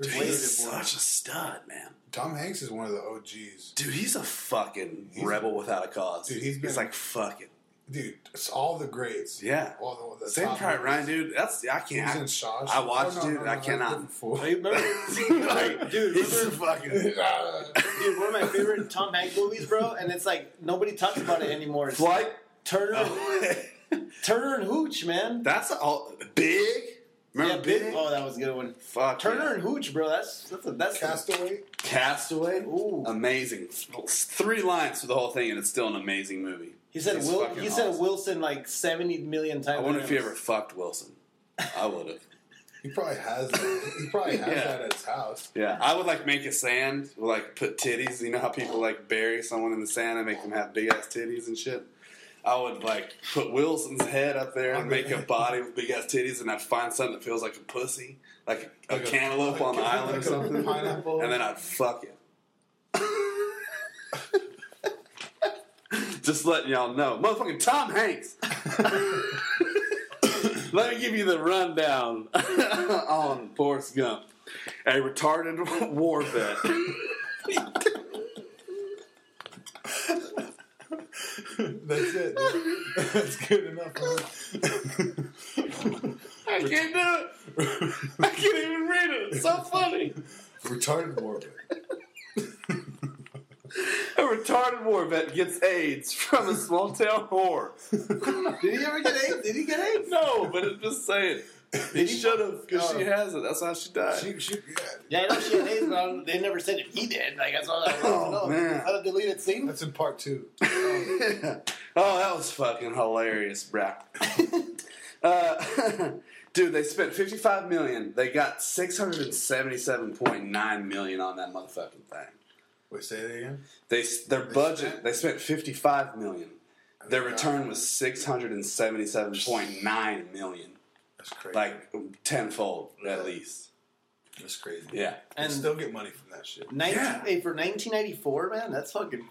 Dude, sure. he's such a stud, man. Tom Hanks is one of the OGs, Dude, he's a fucking He's- rebel without a cause. Dude, he's been- he's like fucking. dude. It's all the greats. Yeah. All the, the Saving top Private movies. Ryan, dude. That's I He was can't. in Shawshank. I watched Oh, no, it. no, no, I that's cannot. <laughs> different fool. Hey, remember, <laughs> like, Dude, he's remember- <laughs> fucking uh, dude, one of my favorite Tom Hanks movies, bro, and it's like nobody talks about it anymore. It's flight. Turner, Turner and Hooch, <laughs> man. That's all big. Remember yeah, big? Oh, that was a good one. Fuck Turner yeah. and Hooch, bro. That's that's a, that's a- Castaway. Castaway. Ooh. Amazing. Three lines for the whole thing, and it's still an amazing movie. He said He's Will, fucking he said awesome. Wilson like seventy million I times. wonder if he That ever fucked Wilson. I would have. He probably has. That. He probably has Yeah. that at his house. Yeah, I would like make a sand, would, like put titties. You know how people like bury someone in the sand and make them have big ass titties and shit. I would like put Wilson's head up there and <laughs> make a body with big ass titties, and I'd find something that feels like a pussy, like a, Like a- cantaloupe on the like a- island or like a something, pineapple. and then I'd fuck it. Just letting y'all know, motherfucking Tom Hanks. Let me give you the rundown on Forrest Gump, a retarded war vet. <laughs> That's it. <laughs> That's good enough. man. I can't do it. I can't even read it. It's so funny. <laughs> Retarded morbid. A retarded war vet gets AIDS from a small town whore. <laughs> Did he ever get AIDS? Did he get AIDS? No, but it's just saying. He uh, should have, because she has it. That's how she died. She, she, yeah. Yeah, I know she had AIDS, but I don't- they never said if he did. Like, that's all I Oh, want to know. man. Is that a deleted scene? That's in part two. <laughs> oh, that was fucking hilarious, bro. <laughs> uh, <laughs> dude, they spent fifty-five million. They got six hundred and seventy-seven point nine million on that motherfucking thing. Wait, say that again. They s- their budget. They spent Oh, fifty-five million. Their return was six hundred and seventy-seven point nine million, That's crazy. like tenfold at least. that's crazy. Yeah. They And still get money from that shit. 19, Yeah. hey, for 1994, man, that's fucking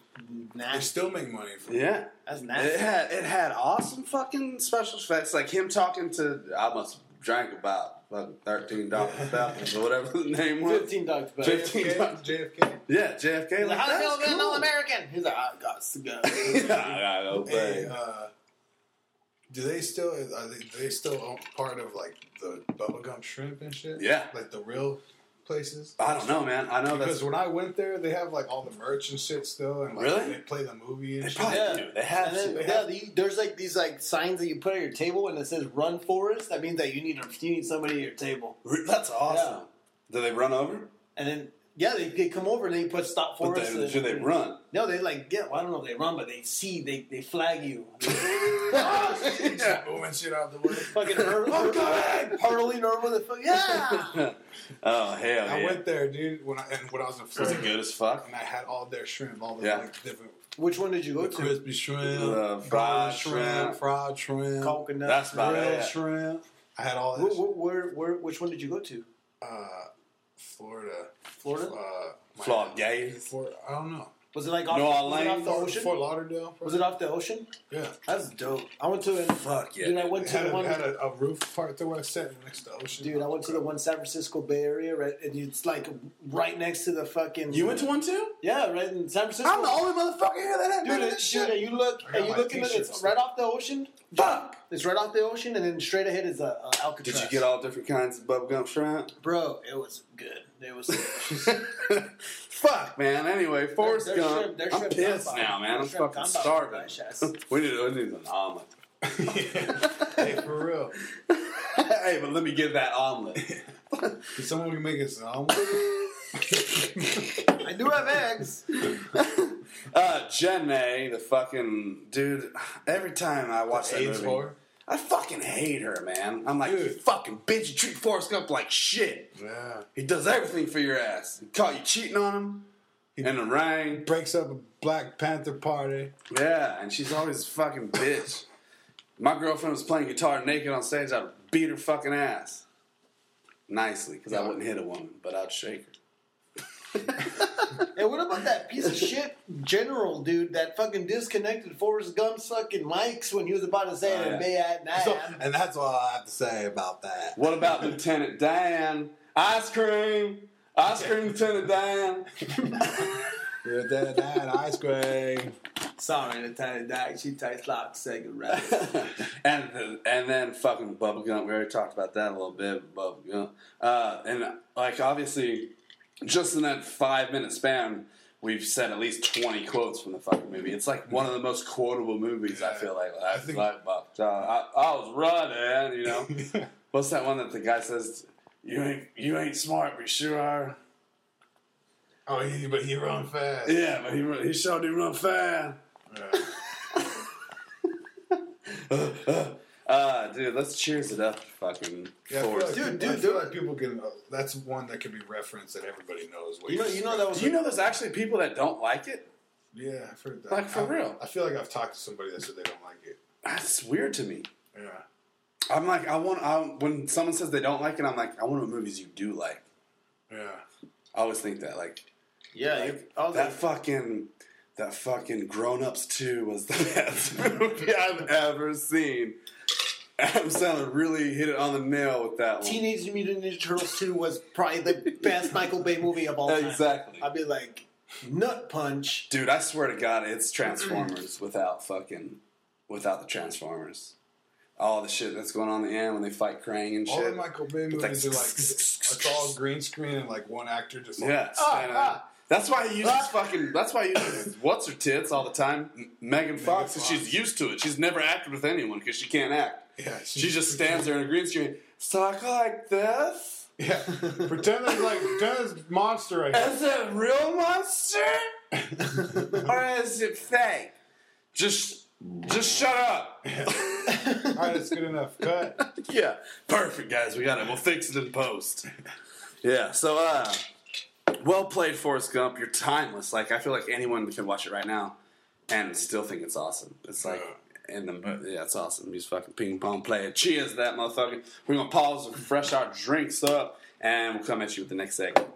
They nasty. still make money <laughs> from. Yeah. That's It nasty. had it had awesome fucking special effects, like him talking to I must drank about fucking thirteen dollars or whatever the name was. 15 dogs better. Fifteen. JFK. JFK. Yeah, JFK. He's like, Like, how the hell That's am cool. I no American? He's like, "Ah, I got to go. <laughs> yeah, I know, Hey, but uh, do they still are they, do they still own part of like the bubblegum shrimp and shit? Yeah. like the real places. I don't know, man. I know that's Because when I went there, they have like all the merch and shit still, and like, Really? they play the movie they and shit. probably Yeah. do. They <laughs> And have then, to. yeah, the, there's like these like signs that you put on your table, and it says "Run Forest." That means that you need you need somebody at your table. Re- That's awesome. Do they run over? And then yeah, they, they come over and they put "Stop But Forest." they, and- do they run? <laughs> No, they like yeah. Well, I don't know if they run, but they see they they flag you. yeah. Moving shit out <laughs> the way. fucking hur- I'm hur- coming! hurtling over the fuck. <laughs> Yeah. oh hell yeah! I went there, dude. When I and when I was in was Florida, it good as fuck? and I had all their shrimp, all the Yeah. like, different Which one did you go the to? crispy shrimp, The fried garlic shrimp. fried shrimp, Coconut. That's about grilled it. shrimp. I had all Where, this. where, where, where- which one did you go to? Uh, Florida, Florida? uh, my- Flawed gay. Florida. I don't know. Was it like off, No, I was like it off the Fort, ocean? Fort Lauderdale. Was it off the ocean? Yeah. That's dope. I went to an, Fuck yeah! dude. I went It to had, a, one. had a, a roof part that was set next to the ocean. Dude, I went to the one San Francisco Bay Area, right? And it's like right next to the fucking. you went to one too? Yeah, right in San Francisco. I'm the only motherfucker here that had dude, been to it, this dude, shit. and you look, I got and you my look, and t-shirts. it's right off the ocean. Fuck! It's right off the ocean, and then straight ahead is a, a Did Alcatraz. you get all different kinds of bubblegum shrimp? bro? It was good. It was. Fuck, man. Anyway, Forrest They're- they're Gump. shrimp- they're I'm shrimp pissed combine. now, man. They're I'm shrimp fucking combine. starving. Yes. <laughs> we need, we need an omelet. <laughs> hey, for real. hey, but let me get that omelet. <laughs> Did someone can make us an omelet? I do have eggs. uh, Jen May, the fucking dude. Every time I watch that AIDS movie, whore? I fucking hate her, man. I'm like, you Dude. fucking bitch. You treat Forrest Gump like shit. Yeah. He does everything for your ass. He caught you cheating on him. In the rain, Breaks up a Black Panther party. yeah, and she's always a fucking bitch. My girlfriend was playing guitar naked on stage. I'd beat her fucking ass nicely because I wouldn't hit a woman, but I'd shake her. And what about that piece of shit general dude that fucking disconnected Forrest Gump's fucking mics when he was about to say Oh, it yeah. in Bayat So, Nam? and that's all I have to say about that. What about Lieutenant Dan? Ice cream, ice cream, Lieutenant Dan. You're dead, dad, ice cream. Sorry, Lieutenant Dak, she tastes like second round. and the, and then fucking bubblegum. We already talked about that a little bit. Bubblegum. Uh, and like obviously, just in that five minute span, we've said at least twenty quotes from the fucking movie. It's like one of the most quotable movies. I feel like I, I think- like Bob Dylan. uh, I, I was running. You <laughs> know, what's that one that the guy says? You ain't you ain't smart, but you sure are. <laughs> oh, he, but he run fast. Yeah, but he run- he sure do run fast. Yeah. <laughs> Uh, dude, let's cheers it up, fucking. Yeah, I feel Forrest. like Dude, people- I dude, feel dude. like people can. uh, That's one that can be referenced that everybody knows. What You know, he's- you know that was. Do you know there's actually people that don't like it? Yeah, I've heard that. Like, for I- real. I feel like I've talked to somebody that said they don't like it. That's weird to me. Yeah. I'm like, I want I, when someone says they don't like it, I'm like, I want what movies you do like. Yeah. I always think that, like, yeah, you, like, I was that like, fucking that fucking Grown Ups Two was the <laughs> best movie I've ever seen. Adam Sandler really hit it on the nail with that one. Teenage Mutant Ninja Turtles Two was probably the best Michael Bay movie of all time. Exactly. I'd be like, nut punch. Dude, I swear to God, it's Transformers without fucking without the Transformers. All the shit that's going on in the end when they fight Krang and shit. All the Michael Bay movies like- are like <laughs> it's all green screen and like one actor just like, Yeah. standing ah. up. that's why he uses fucking. That's why he uses what's her tits all the time. M- Megan Fox, and Fox. she's used to it. She's never acted with anyone because she can't act. <laughs> yeah. She just stands there in a green screen. suck like this? <laughs> Yeah. pretend there's like pretend there's monster right here. Is it real monster? or is it fake? Just just shut up. All right, it's good enough. Cut. Yeah. Perfect guys, we got it. We'll fix it in post. Yeah, so uh well played Forrest Gump. You're timeless. Like I feel like anyone can watch it right now and still think it's awesome. It's like in the mo- yeah, it's awesome. He's fucking ping pong player. Cheers to that motherfucker. We're gonna pause and fresh our drinks up and we'll come at you with the next segment.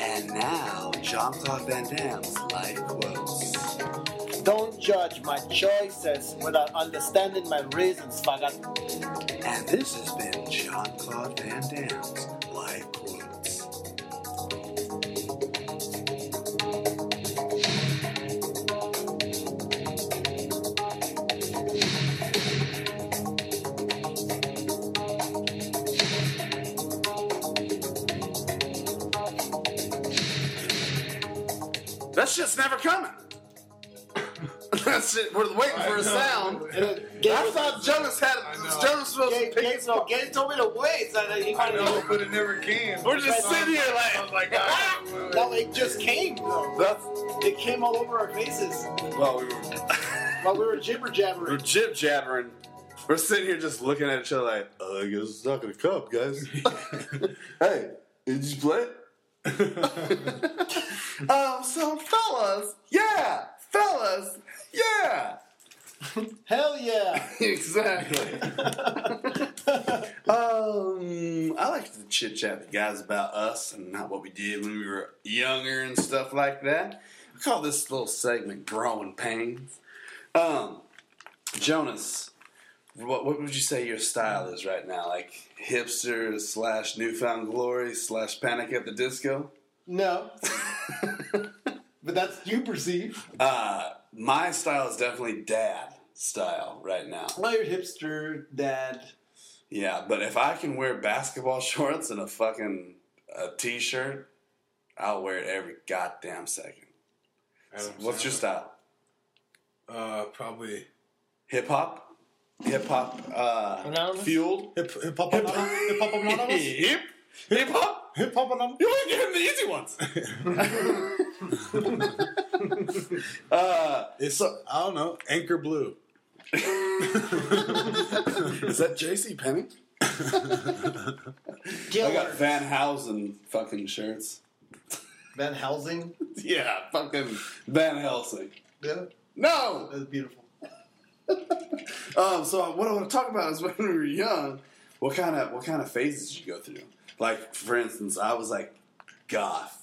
And now, John Claude Van Damme's life quotes. Don't judge my choices without understanding my reasons, faggot. And this has been John Claude Van Damme's life quotes. That shit's never coming. <laughs> that shit, we're waiting for a sound. I thought Jonas had know. Jonas was Gabe, Gabe, no, Gabe told me to wait. So that he <laughs> I know, but it never came. We're just sitting here I was like oh like, ah, No, it just came. Though. that's It came all over our faces well we were while we were jibber we were jabbering. jib jabbering. We're sitting here just looking at each other like, uh, I guess it's not gonna come, <laughs> guys. hey, did you play? <laughs> um, so fellas, yeah, fellas, yeah. Hell yeah! Exactly. <laughs> um, I like to chit chat with guys about us and not what we did when we were younger and stuff like that. I call this little segment "Growing Pains." Um, Jonas, what, what would you say your style is right now? Like hipster slash newfound glory slash Panic at the Disco? No, but that's you perceive. Uh, my style is definitely dad style right now. Well, you're hipster dad. Yeah, but if I can wear basketball <laughs> shorts and a fucking a t-shirt, I'll wear it every goddamn second. <laughs> Adam What's your Sandler. style? Uh, probably Hip hop, hip hop, uh, Anonymous? fueled. hip hip hop hip hop anonymous. <laughs> Hip hip hop. Hip hop anonymous. You want to give him the easy <laughs> ones? uh, It's I don't know. Anchor Blue. is that J.C. Penny? I got Killer. Van Housen fucking shirts. Van Helsing. Yeah, fucking Van Helsing. Yeah, No, that's beautiful. Um, so what I want to talk about is <laughs> when we were young, what kind of what kind of phases did you go through? Like for instance, I was like goth,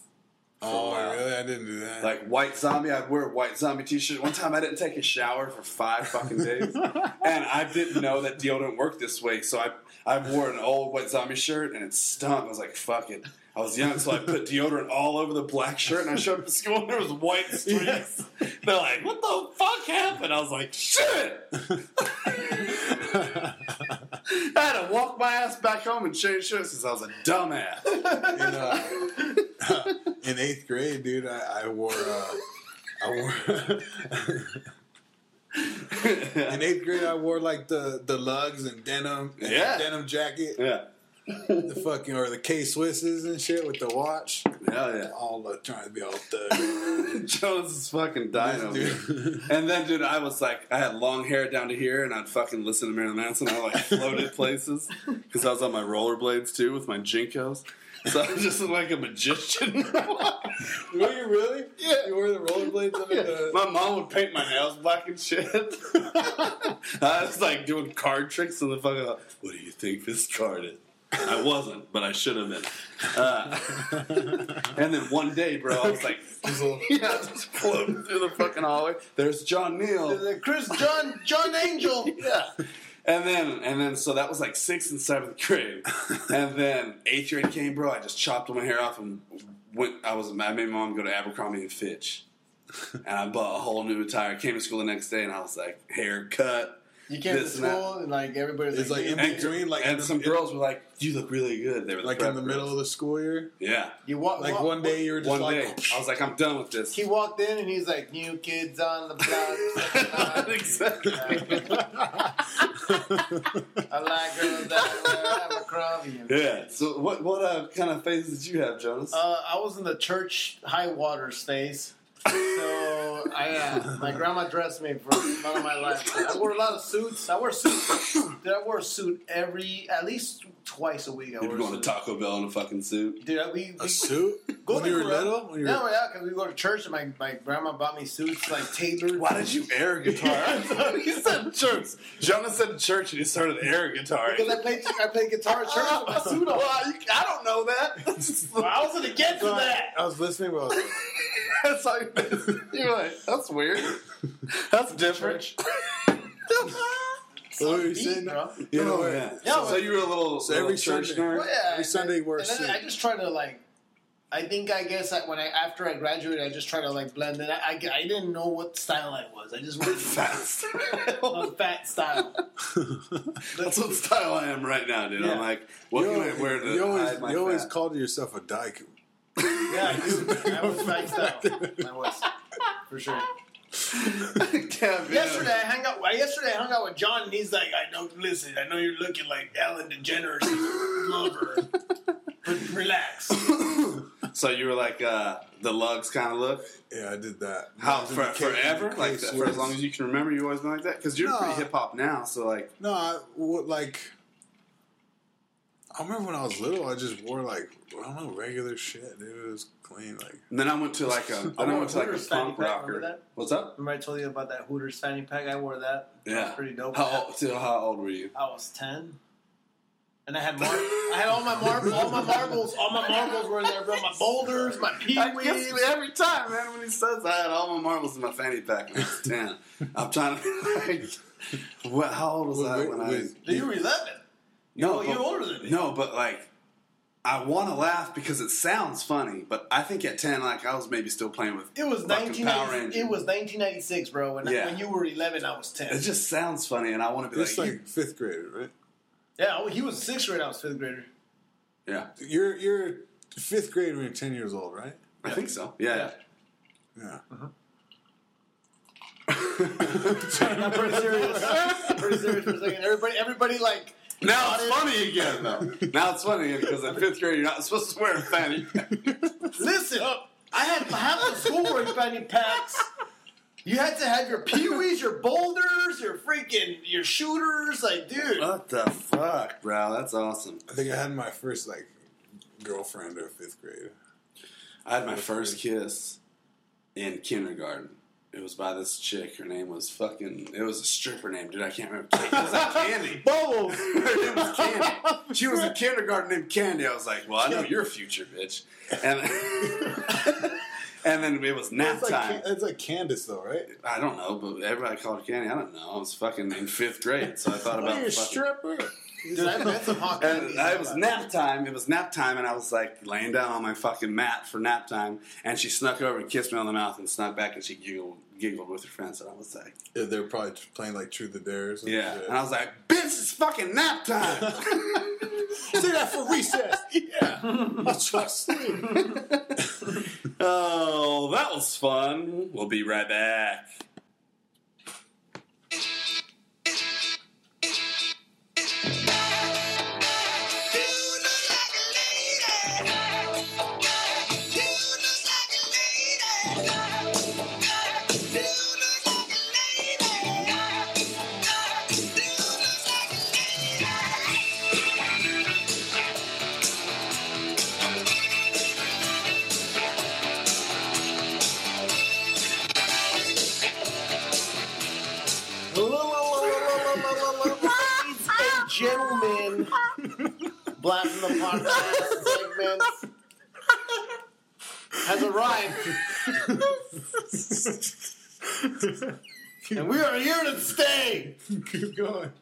Oh, wow. really? I didn't do that. like white zombie. I'd wear a white zombie t-shirt. One time I didn't take a shower for five fucking days, and I didn't know that deodorant worked this way. So I I wore an old white zombie shirt and it stunk. I was like, fuck it. I was young, so I put deodorant all over the black shirt, and I showed up to school, and there was white streaks. They're like, "What the fuck happened?" I was like, "Shit!" <laughs> I had to walk my ass back home and change shirts because I was a dumbass. in, uh, <laughs> in eighth grade, dude, I, I wore. Uh, I wore. <laughs> in eighth grade, I wore like the the lugs and denim, and Yeah. <laughs> denim jacket, yeah, the fucking or the K Swisses and shit with the watch. hell yeah. All uh, trying to be all <laughs> thug. Jones is fucking dying over This here. And then, dude, I was like, I had long hair down to here, and I'd fucking listen to Marilyn Manson. I like <laughs> floated places because I was on my rollerblades too with my jinkos. So I just looked like a magician. <laughs> were you really? Yeah. You wore the rollerblades under the. my mom would paint my nails black and shit. <laughs> I was like doing card tricks in the fucking. What do you think this card is? I wasn't, but I should have been. Uh, and then one day, bro, I was like, <laughs> yeah, just floating through the fucking hallway. There's John Neal. Chris John John Angel. <laughs> Yeah. And then, and then, so that was like sixth and seventh grade. and then eighth grade came, bro. I just chopped my hair off and went. I was. I made my mom go to Abercrombie and Fitch, and I bought a whole new attire. Came to school the next day, and I was like, haircut, You came to This and that. school and like everybody's It's like in And- between, like in and the- some girls were like, "You look really good." They were like in the middle of the school year. Yeah. you walk Like walk- one day you were just One like, day, <laughs> I was like, "I'm done with this." He walked in and he's like, "New kids on the <laughs> <laughs> block." <laughs> Exactly. I like girls that <laughs> wear Abercrombie. Yeah. So what what uh, kind of phases did you have, Jonas? Uh, I was in the church high water phase. So I, uh, my grandma dressed me for a lot of my life. I wore a lot of suits. I wore suits. Dude, I wore a suit every at least twice a week. I you wore were a going to suit. Taco Bell in a fucking suit. Dude, I- we, a <laughs> we suit Go when to you were Corral. little. When you were, No, yeah, because we go to church and my, my grandma bought me suits like tailored. Why did you air guitar? <laughs> he <laughs> said church. Jonas said church, and he started air guitar. <laughs> Because I played I played guitar at church with my suit on. I don't know <laughs> that. I was gonna get to that. I was listening. While I was like, <laughs> that's like, you're like, that's weird. <laughs> That's <laughs> different. what were you Beat, saying? bro. You know, Oh, yeah. Yeah, so, so you were a little, So little every church Sunday- nerd. Well, yeah, Every Sunday and- wear a and then suit. I just try to like. I think I guess that when I after I graduated, I just tried to like blend in. I, I, I didn't know what style I was. I just wanted <laughs> <laughs> to Fast. <laughs> a fat style. That's what style I am right now, dude. I'm Yeah. like, what you can always- I wear to you always, hide my you always fat? <laughs> <laughs> called yourself a dyke. Yeah, I do. I was fat style. I was for sure. Kevin. Yesterday I hung out. well, Yesterday I hung out with John, and he's like, "I know. Listen, I know you're looking like Ellen DeGeneres' lover. But relax. So you were like uh, the lugs kind of look. Yeah, I did that. I How was in for, the K- forever? K Like that, for as Swiss. long as you can remember, you always been like that because you're No. pretty hip hop now. So like, No, I would like. I remember when I was little, I just wore like I don't know regular shit, dude. It was clean, like and then I went to <laughs> like a then I went to like a Hooters fanny punk pack, remember rocker. that? What's up? Remember I told you about that Hooters fanny pack? I wore that. That Yeah, was pretty dope. How old, so how old were you? I was ten, and I had mar- I had all my mar- all my marbles, all my marbles were in there, bro. My boulders, my peewees. every time, <laughs> man, when he says I had all my marbles in my fanny pack when I was <laughs> ten. I'm trying to <laughs> like, what, how old was I Wait, when I wait. was? Dude, You were eleven. No, Oh, you're but- older than me. No, but like, I want to laugh because it sounds funny, but I think at ten, like, I was maybe still playing with It was fucking nineteen. Power Rangers. It was nineteen ninety six, bro. When Yeah. when you were eleven, I was ten. It just sounds funny, and I want to be it's like, like, you- fifth grader, right? yeah, I- he was sixth grade. I was fifth grader. yeah, You're you're fifth grade when you're ten years old, right? I think so. Yeah. Yeah. Yeah. I'm pretty serious. I'm <laughs> pretty serious for a second. Everybody, everybody, like Now it's funny again, <laughs> though. now it's funny because in fifth grade you're not supposed to wear a fanny. listen. I had half the schoolwork fanny packs. You had to have your peewees, your boulders, your freaking your shooters, like dude. what the fuck, bro? That's awesome. I think I had my first like girlfriend at fifth grade. I had my first kiss in kindergarten. It was by this chick. Her name was fucking. It was a stripper name, dude. I can't remember. It was like Candy. <laughs> Bubbles. Her name was Candy. She was in kindergarten named Candy. I was like, well, I know you're a future bitch. And <laughs> and then it was nap It's time. like it's like Candace though, right? I don't know, but everybody called her Candy. I don't know. I was fucking in fifth grade, so I thought about You're fucking- a stripper. Dude, I met some hot And candies. I- it was nap time. It was nap time, and I was like laying down on my fucking mat for nap time. And she snuck over and kissed me on the mouth, and snuck back, and she giggled, giggled with her friends. And I was like, <laughs> Yeah, they're probably playing like Truth or Dare or something. "Yeah," and I was like, "Bitch, it's fucking nap <laughs> time." say that for <laughs> recess. yeah, I'll trust you. oh, that was fun. We'll be right back. Ladies and gentlemen, Blast from the Podcast segment has arrived. and we are here to stay. Keep going.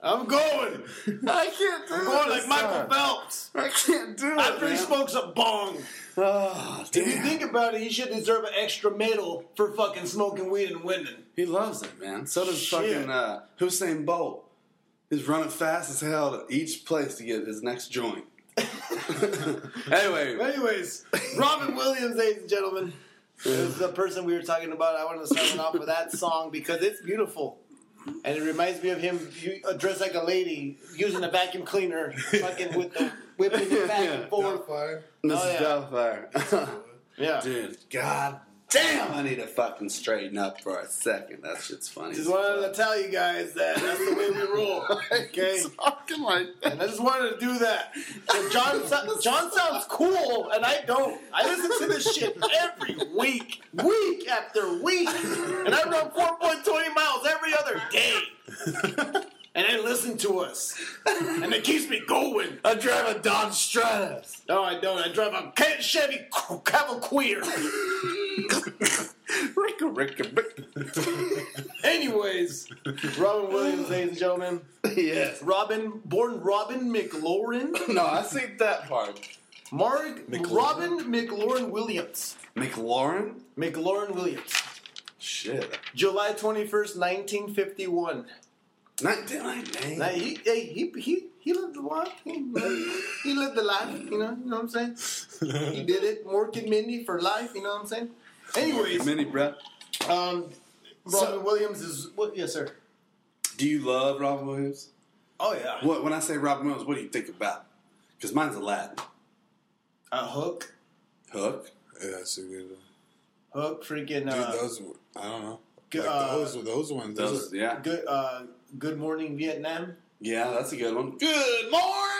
I'm going. I can't do I'm going this, like Michael son. Phelps. I can't do it. After he man. smokes a bong. Oh, If you damn. think about it, he should deserve an extra medal for fucking smoking weed and winning. He loves it, man. So does Shit. fucking uh, Hussein Bolt. He's running fast as hell to each place to get his next <laughs> joint. anyway, Anyways, Robin Williams, ladies and gentlemen, is the person we were talking about. I wanted to start it off with that song because it's beautiful. And it reminds me of him you- uh, dressed like a lady using a vacuum cleaner, fucking with the whipping it back Yeah. and forth. Doubtfire. Mrs. yeah. Doubtfire. Yeah. Dude, god damn, I need to fucking straighten up for a second. That shit's funny. Just wanted to tell you guys that that's the way we <laughs> roll. Okay? Talking like And I just wanted to do that. So <laughs> John, so- John sounds cool, and I don't. I listen to this shit every week, week after week, and I run 4.20 miles every other day. And they listen to us, and it keeps me going. I drive a Dodge Stratus. No, I don't. I drive a Kent Chevy Cavalier. <laughs> Ricka, ricka, ricka. Anyways, Robin Williams, ladies and gentlemen. <laughs> yes. Robin, born Robin McLaurin, No, I see that part. Marg, McLaurin. Robin McLaurin Williams, McLaurin? McLaurin Williams. Shit. July 21st, 1951. 1998. Now, he, hey, he, he, he lived a lot. He, he lived a life, you know, you know what I'm saying? He did it, working Mindy for life, you know what I'm saying? Anyways, Mini breath. um, Robin So- Williams is, what, yes, sir. Do you love Robin Williams? Oh, yeah. What when I say Robin Williams, what do you think about? Because mine's Aladdin. A Uh, hook, Hook. Yeah, that's a good one. hook, freaking, Dude, uh, those were- I don't know. G- Like, uh, those those ones. Those, yeah. good, uh, good morning, Vietnam. Yeah, that's a good one. Good morning,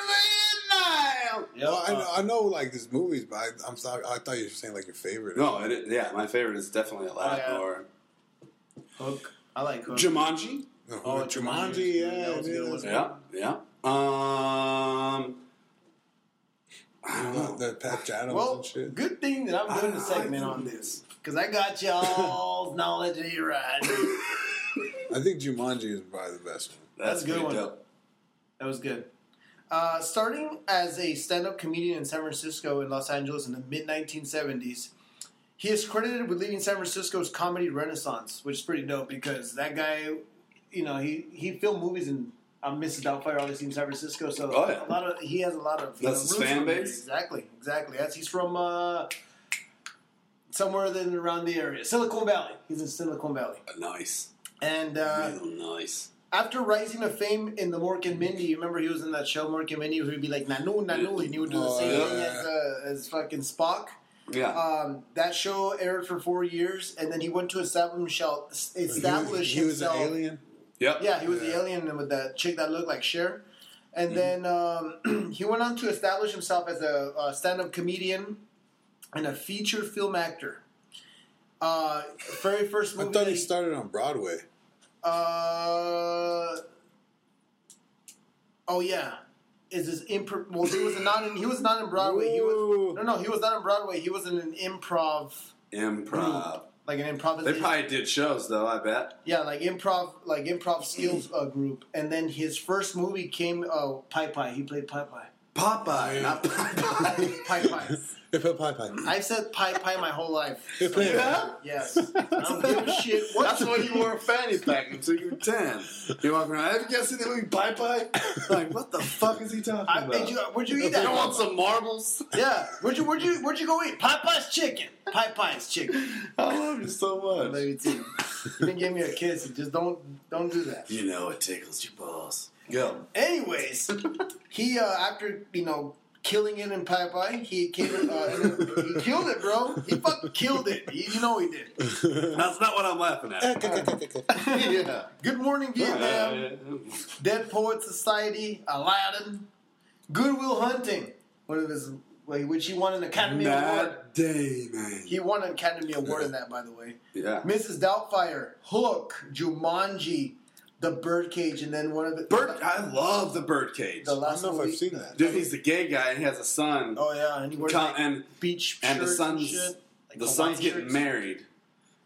Yep, Well, I uh, know, I know like these movies, but I, I'm sorry, I thought you were saying like your favorite. No, it, is- yeah, my favorite is definitely Aladdin Oh, yeah. or hook. I like hook. Jumanji. No, Oh, Jumanji. Jumanji. Yeah, That was a good yeah, one. Yeah, yeah. Um, I don't know. The, the Patch Adams Well, and shit. Ah, good thing that I'm doing a segment on this because I got y'all's knowledge here right. I think Jumanji is probably the best one. That's, a good good one. one. Dope. That was good. Uh, starting as a stand-up comedian in San Francisco and Los Angeles in the mid 1970s, he is credited with leading San Francisco's comedy renaissance, which is pretty dope because that guy, you know, he he filmed movies and. i Mrs. Doubtfire, obviously in San Francisco, so Oh, yeah. a lot of he has a lot of you That's know, his roots fan over there. base? Exactly, exactly. That's he's from uh, somewhere then around the area, Silicon Valley. He's in Silicon Valley, Nice, and uh, real nice. after rising to fame in the Mork and Mindy, you remember he was in that show Mork and Mindy. He would be like Nanu Nanu, and he would do the Oh, same thing yeah. as, uh, as fucking Spock. Yeah, Um, that show aired for four years, and then he went to establish, establish he was, he was an himself. alien. yep. Yeah, he was the Yeah. Hmm. alien with that chick that looked like Cher. And then um, <clears throat> he went on to establish himself as a, uh stand-up comedian and a feature film actor. Uh, very first I movie. thought that he started on Broadway. uh, oh yeah, is this improv? Well, he was not in. He was not in Broadway. He was Ooh. no, no. He was not in Broadway. He was in an improv, Improv. like an improv. They probably did shows though. I bet. yeah, like improv, like improv skills uh, group. And then his first movie came. Uh, Pie Pie. He played Pie Pie. Popeye, not <laughs> Popeye. Pie Pie. If a pie pie. I've said Pie Pie my whole life. If a- Yes. I don't give a shit. What That's why you wore a fanny pack <laughs> until you were ten. You're walking around. Have you guys seen the movie Pie Pie? <laughs> Like, what the fuck is he talking I about? made you. Where'd you eat you that? want some marbles? <laughs> Yeah. Where'd you? Where'd you? Where'd you go eat? Pie Pie's chicken. Pie Pie's chicken. I love you so much. Maybe two. You can give me a kiss. Just don't don't do that. You know it tickles your balls. Go. Anyways, he uh, after you know killing it in Pie Pie, he came. Uh, he killed it, bro. He fucking killed it. You, you know he did. <laughs> That's not what I'm laughing at. yeah. Good Morning Vietnam, Dead Poet Society, Aladdin, Goodwill Hunting. One of his which he won an Academy Award. That day, man. Mm. He won an Academy Award in that, by the way. Yeah. Mrs. Doubtfire, Hook, Jumanji, The Birdcage, and then one of the Bird. I love the birdcage. The I last don't know if movie. I've seen that. Dude, he's the gay guy and he has a son. Oh yeah, and he wears Con- like, and beach and the shirts son's- shit, like the Hawaiian son's getting shirts. married,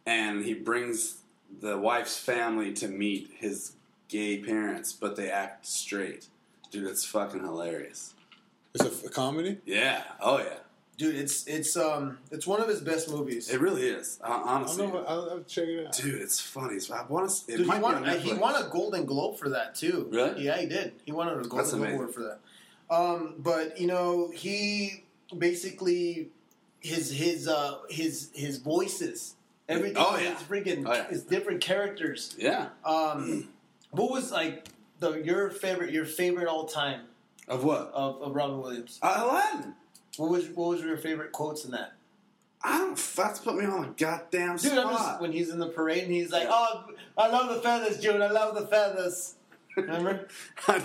and he brings the wife's family to meet his gay parents, but they act straight. Dude, it's fucking hilarious. It's a, f- a comedy. Yeah. Oh yeah. Dude, it's it's um it's one of his best movies. It really is. Hon- I don't Honestly, know. if I- I'll, I'll check it out. dude, it's funny. So I want to. It Dude, might he be won. on uh, He Netflix. won a Golden Globe for that too. Really? Yeah, he did. He won a Golden That's Globe amazing. award for that. Um, but you know, he basically his his uh his his voices. Everything Oh, yeah. is freaking Oh, yeah. is different characters. Yeah. Um, what was like the your favorite your favorite all time Of what? of, of Robin Williams? Aladdin. What was what was your favorite quotes in that? I don't. That's put me on the goddamn Dude, I'm just spot. when he's in the parade and he's like, Yeah. "Oh, I love the feathers, June. I love the feathers." Remember? <laughs> I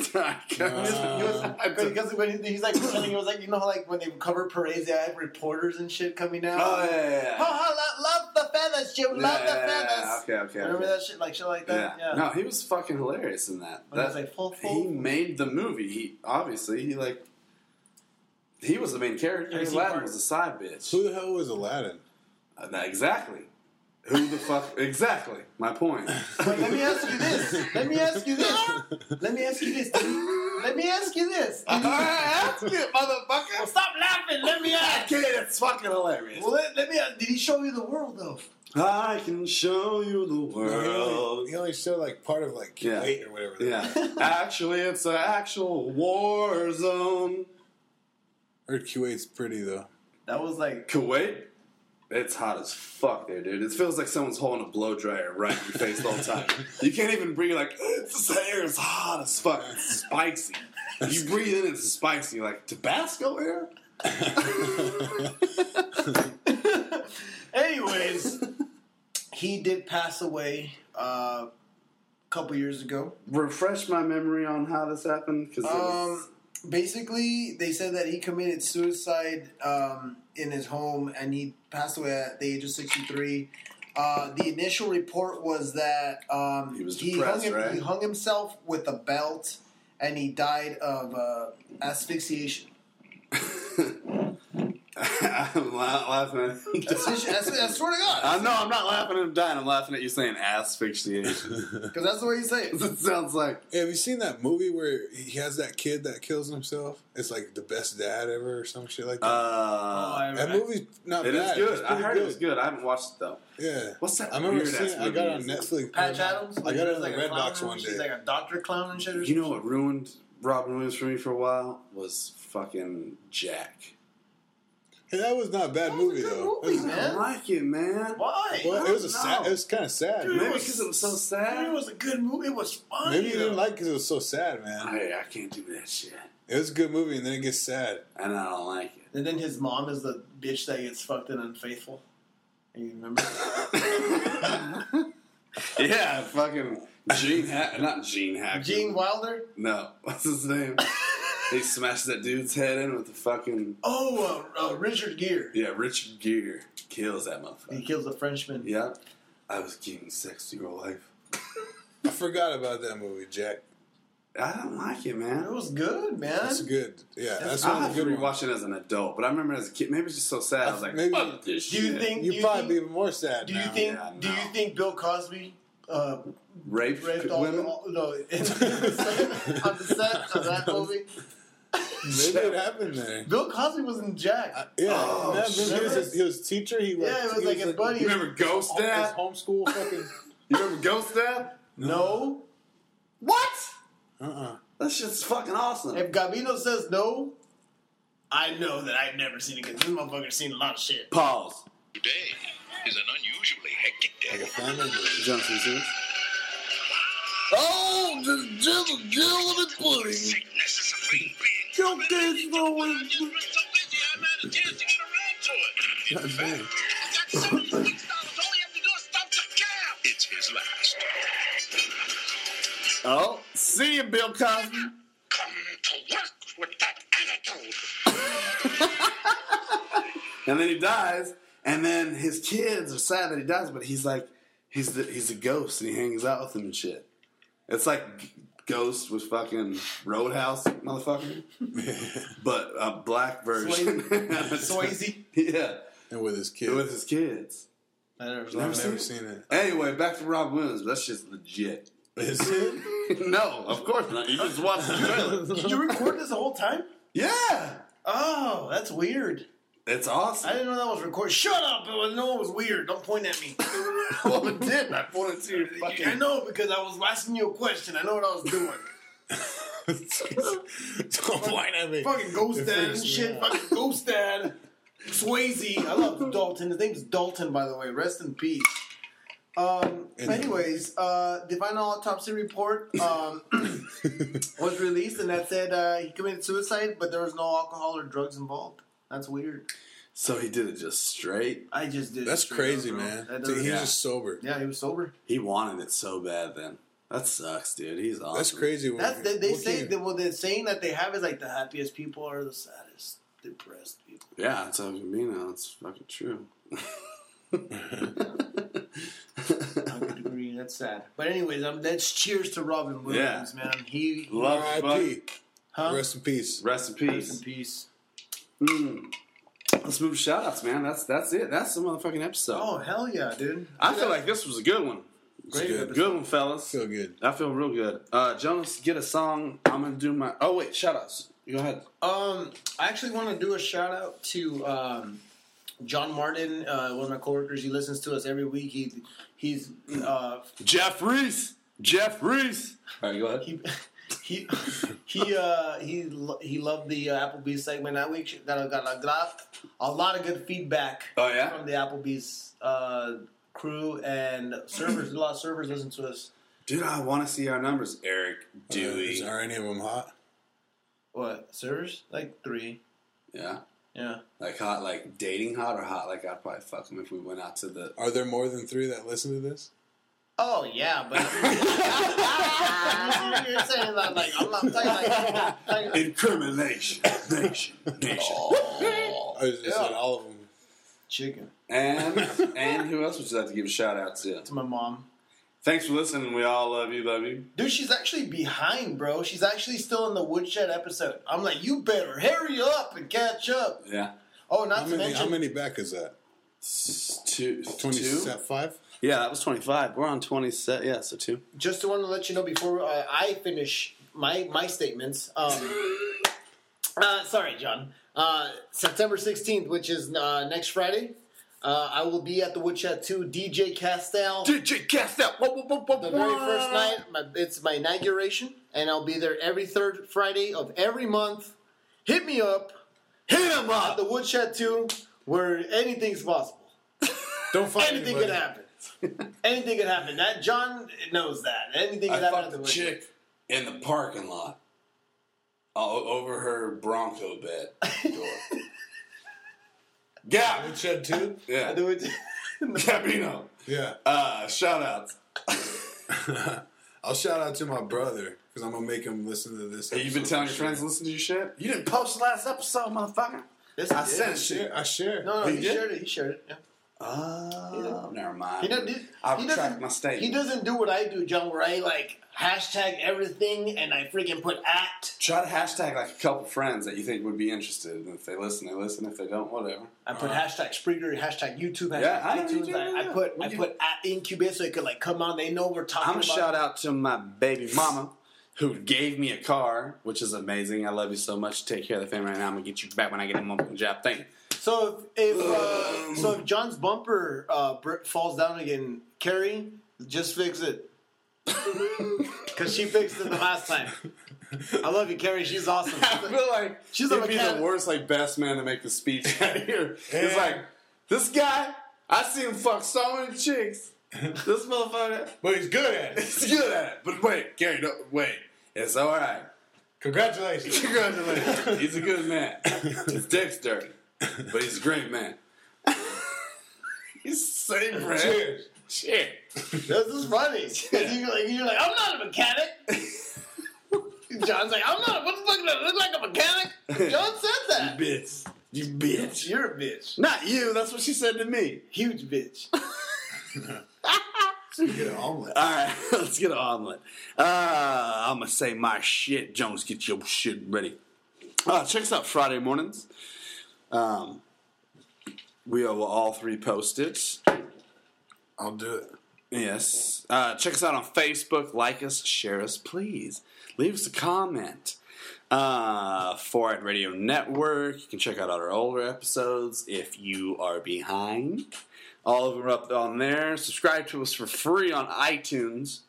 He was- Uh, because when he- he's like <clears throat> pretending, he was like, you know how like when they cover parades, they have reporters and shit coming out. Oh yeah, yeah, yeah. Ha ha! lo- Love the feathers, Jim. Love Yeah, the yeah, yeah, feathers. yeah. Okay, okay. Remember okay. that shit, like shit like that. Yeah. No, he was fucking hilarious in that. When That- he was like full, full. he made the movie. He obviously he like he was the main character. Yeah, he Aladdin part- was a side bitch. Who the hell was Aladdin? Uh, that- exactly. Who the fuck? Exactly. My <laughs> point. But let me ask you this. Let me ask you <laughs> this. Let me ask you this. Let me ask you this. All right, ask it, motherfucker. Stop laughing. Let me ask. Kid, it's fucking hilarious. Well, let, let me. Ask. Did he show you the world though? I can show you the No, he, world. only, he only showed like part of like Yeah. Kuwait or whatever. <laughs> Yeah. Actually, it's an actual war zone. I heard Kuwait's pretty though. That was like. Kuwait, it's hot as fuck there, dude. It feels like someone's holding a blow dryer right in your face the whole <laughs> time. You can't even breathe. Like this air is hot as fuck. It's <laughs> spicy. You breathe in, it's spicy. Like Tabasco air. <laughs> Anyways, he did pass away uh, a couple years ago. Refresh my memory on how this happened because Um, basically, they said that he committed suicide um, in his home, and he passed away at the age of sixty-three. Uh, the initial report was that um, He was hung depressed, right? he hung himself with a belt, and he died of uh, asphyxiation. <laughs> I'm la- laughing. At him dying. <laughs> Asphyxiation- asp- I swear to I God, know I'm not laughing at him dying. I'm laughing at you saying asphyxiation. <laughs> because that's the way you say it. it sounds like Hey, have you seen that movie where he has that kid that kills himself? It's like the best dad ever or some shit like that. uh, that movie's not it is bad. good. Oh, It's I pretty heard it was good. I haven't watched it though. Yeah. What's that I remember weird seeing ass it. I got it on movie? Netflix. <laughs> Patch Adams. I got it he's on the like a Red clown Box and one She's day. like a doctor clown and shit. or You know what ruined Robin Williams for me for a while was fucking Jack. Hey, that was not a bad That was a movie good though. movie, It was- I don't man. like it, man. Why? Well, it was a I don't sad. know. It was kind of sad. Dude, man. Maybe because it was so It sad. was a good movie. It was funny. Maybe you though. didn't like because it was so sad, man. I, I can't do that shit, It was a good movie, and then it gets sad. and I don't like it. And then his mom is the bitch that gets fucked and unfaithful. And you remember? Yeah, <laughs> fucking Gene Hack, not Gene Hack. Gene Wilder? No, <laughs> what's his <laughs> name? he smashed that dude's head in with the fucking Oh, uh, uh, Richard Gere. yeah. Richard Gere kills that He motherfucker. kills a Frenchman. Yeah, I was getting sex to your life. I forgot about that movie, Jack. I don't like it, It man. was good, man. That's good. Yeah, that's I one have of to the good ones. rewatch it as an adult, but I remember as a kid, maybe it's just so sad. I was like, Maybe- fuck this Do you shit. think? Do You'd you probably be think? even more sad. Do you now. think? Yeah, Do you no. think Bill Cosby uh, raped, raped all, women? all no <laughs> on the set on the set of that movie? Maybe it happened there. Bill Cosby was in Jack. Yeah, Oh, that movie, he, was shit. his, he was teacher. He Yeah, it was he like his buddy. You remember Ghost home- his Dad? homeschool fucking. You remember Ghost Dad? no. What? Uh-uh. That shit's fucking awesome. If Gabino says no, I know that I've never seen it because this motherfucker's seen a lot of shit. Pause. Today is an unusually hectic Like a day. family. Johnson Simmons. Oh, the devil, gentleman pudding. Sickness is a great big. Your day's going. I've just been so busy, I haven't had a chance to get around to it. In fact, I got $76. All you have to do is stop the cab. It's his last. Oh, see you, Bill Cosby. Come to work with that attitude. And then he dies, and then his kids are sad that he dies, but he's like, he's the, he's a ghost, and he hangs out with them and shit. It's like G- Ghost with fucking Roadhouse, <laughs> motherfucker, but a black version. <laughs> Swayze. yeah, And with his kid. with his kids. <laughs> I never I've saw never it. seen it. Anyway, back to Rob Williams. That's just legit. <laughs> Is it? no, of course not. You just watched the trailer. <laughs> Did you record this the whole time? Yeah, Oh, that's weird. it's I awesome. didn't know that was recorded. Shut up! I know it was weird. Don't <laughs> point at me. well, Oh, it did. I pointed to your I fucking. know because I was asking you a question. I know what I was doing. Don't point at me. <laughs> fucking Ghost It Dad and freaks me shit. out. Fucking Ghost Dad. Swayze. I love Dalton. His name's Dalton, by the way. Rest in peace. Um, Anyway. anyways, uh, the final autopsy report <laughs> um, was released, and that said uh, he committed suicide, but there was no alcohol or drugs involved. That's weird. So he did it just straight. I just did. That's straight up, crazy, bro. man. That Dude, doesn't- he's yeah. just sober. yeah, he was sober. He wanted it so bad. Then that sucks, dude. He's awesome. That's crazy. when- That's they, they what say can- that well the saying that they have is like the happiest people are the saddest, depressed people. Yeah, that's how you mean. now. It's fucking true. I could agree, that's sad. But anyways, um, that's cheers to Robin Williams, man. He Love R.I.P. huh? Rest in peace. Rest in Rest in peace. peace. Mm. Let's move to shout outs, man. That's that's it. That's the motherfucking episode. Oh hell yeah, dude! I feel like this was a good one. Great good. episode. Good one, fellas. Feel good. I feel real good. Uh, Jonas, get a song. I'm gonna do my. Oh wait, shout outs. Go ahead. Um, I actually want to do a shout out to um, John Martin, uh, one of my coworkers. He listens to us every week. He he's uh, Jeff Reese. Jeff Reese. All right, go ahead. he he <laughs> he uh, he lo- he loved the uh, Applebee's segment that week. That I got I got a lot of good feedback Oh yeah. from the Applebee's uh, crew and servers. a lot of servers listen to us. Dude, I want to see our numbers, Eric Uh, Dewey. is- are any of them hot? What servers? Like three? yeah. Yeah. Like hot, like dating hot or hot? Like I'd probably fuck him if we went out to the. Are there more than three that listen to this? Oh yeah, but <laughs> you're saying that like I'm not talking like, like Incrimination, nation, <laughs> nation. Or is is Yeah. it all of them? chicken and and who else would you like to give a shout out to? to my mom. Thanks for listening. We all love you. Love you. Dude, she's actually behind, bro. She's actually still in the woodshed episode. I'm like, you better hurry up and catch up. Yeah. Oh, not How to many, mention, how many back is that? S- Two. two? 25? Yeah, that was 25. We're on 27. Yeah, so two. just want to let you know before uh, I finish my my statements. <laughs> Um, uh, sorry, John. Uh, September 16th, which is uh, next Friday, uh, I will be at the Woodshed 2 DJ Castell. DJ cast out. Whoa, whoa, whoa, whoa, the very first night. My, it's my inauguration, and I'll be there every third Friday of every month. Hit me up Hit him at the Woodshed 2, where anything's possible. Don't find Anything anybody. can <laughs> happen. Anything can happen. That John knows that. Anything I can happen. fucked at the the Woodshed. chick in the parking lot o- over her Bronco bed door. yeah, Shed two? yeah. The <laughs> Woodshed- <laughs> Gabino. Yeah. Uh, shout outs. I'll shout out to my brother because I'm going to make him listen to this. Hey, you been episode. telling your friends to listen to your shit? You didn't post last episode, motherfucker. This I is- I sent shit. share. I share. No, no, He he, did? shared it. He shared it. Yeah. Oh, never mind. He doesn't. do- I he retract doesn't- my statement. He doesn't do what I do, John. Where I like hashtag everything and I freaking put at. Try to hashtag like a couple friends that you think would be interested, and if they listen, they listen. If they don't, whatever. I put hashtag Spreaker, hashtag YouTube, hashtag Uh-huh. Yeah, I know iTunes. you do, I, I yeah. put I You do. put at Incubus so it could like come on. They know we're talking. I'm gonna about shout out to my baby mama who gave me a car, which is amazing. I love you so much. Take care of the family right now. I'm gonna get you back when I get a mom job. Thank you. So if, if uh, so, if John's bumper uh, br- falls down again, Carrie, just fix it. Cause she fixed it the last time. I love you, Carrie. <laughs> She's awesome. <laughs> I feel like She's she's a would be the mechanic. worst, like best man to make the speech <laughs> out here. It's Yeah. like this guy. I seen him fuck so many <laughs> chicks. This motherfucker. But he's good at <laughs> it. He's good at it. But wait, Gary, no, wait. It's all right. Congratulations. Congratulations. He's a good man. <laughs> His dick's dirty, but he's a great man. <laughs> he's the same brand. Cheers. Shit. This is funny. 'Cause You're, like, you're like, I'm not a mechanic. John's like, I'm not. What the fuck? Do I look like a mechanic? John said that. Bitch. You bitch. You're a bitch. Not you. That's what she said to me. Huge bitch. Get an omelet. All right, <laughs> let's get an omelet. Uh, I'm gonna say my shit. Jones, get your shit ready. Uh, check us out Friday mornings. Um, we will all three post it. I'll do it. Yes. Uh, check us out on Facebook. Like us, share us, please. Leave us a comment. Uh, Four Eyed Radio Network. You can check out our older episodes if you are behind. All of them are up on there. Subscribe to us for free on iTunes.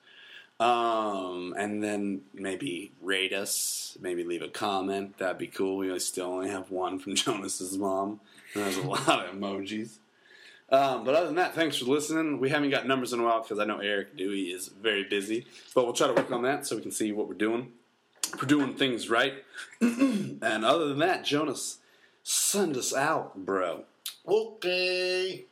Um, and then maybe rate us. Maybe leave a comment. That'd be cool. We still only have one from <laughs> Jonas's mom. And there's a lot of emojis. Um, but other than that, thanks for listening. We haven't got numbers in a while because I know Eric Dewey is very busy, but we'll try to work on that so we can see what we're doing. If We're doing things right. <clears throat> and other than that, Jonas, send us out, bro. Okay.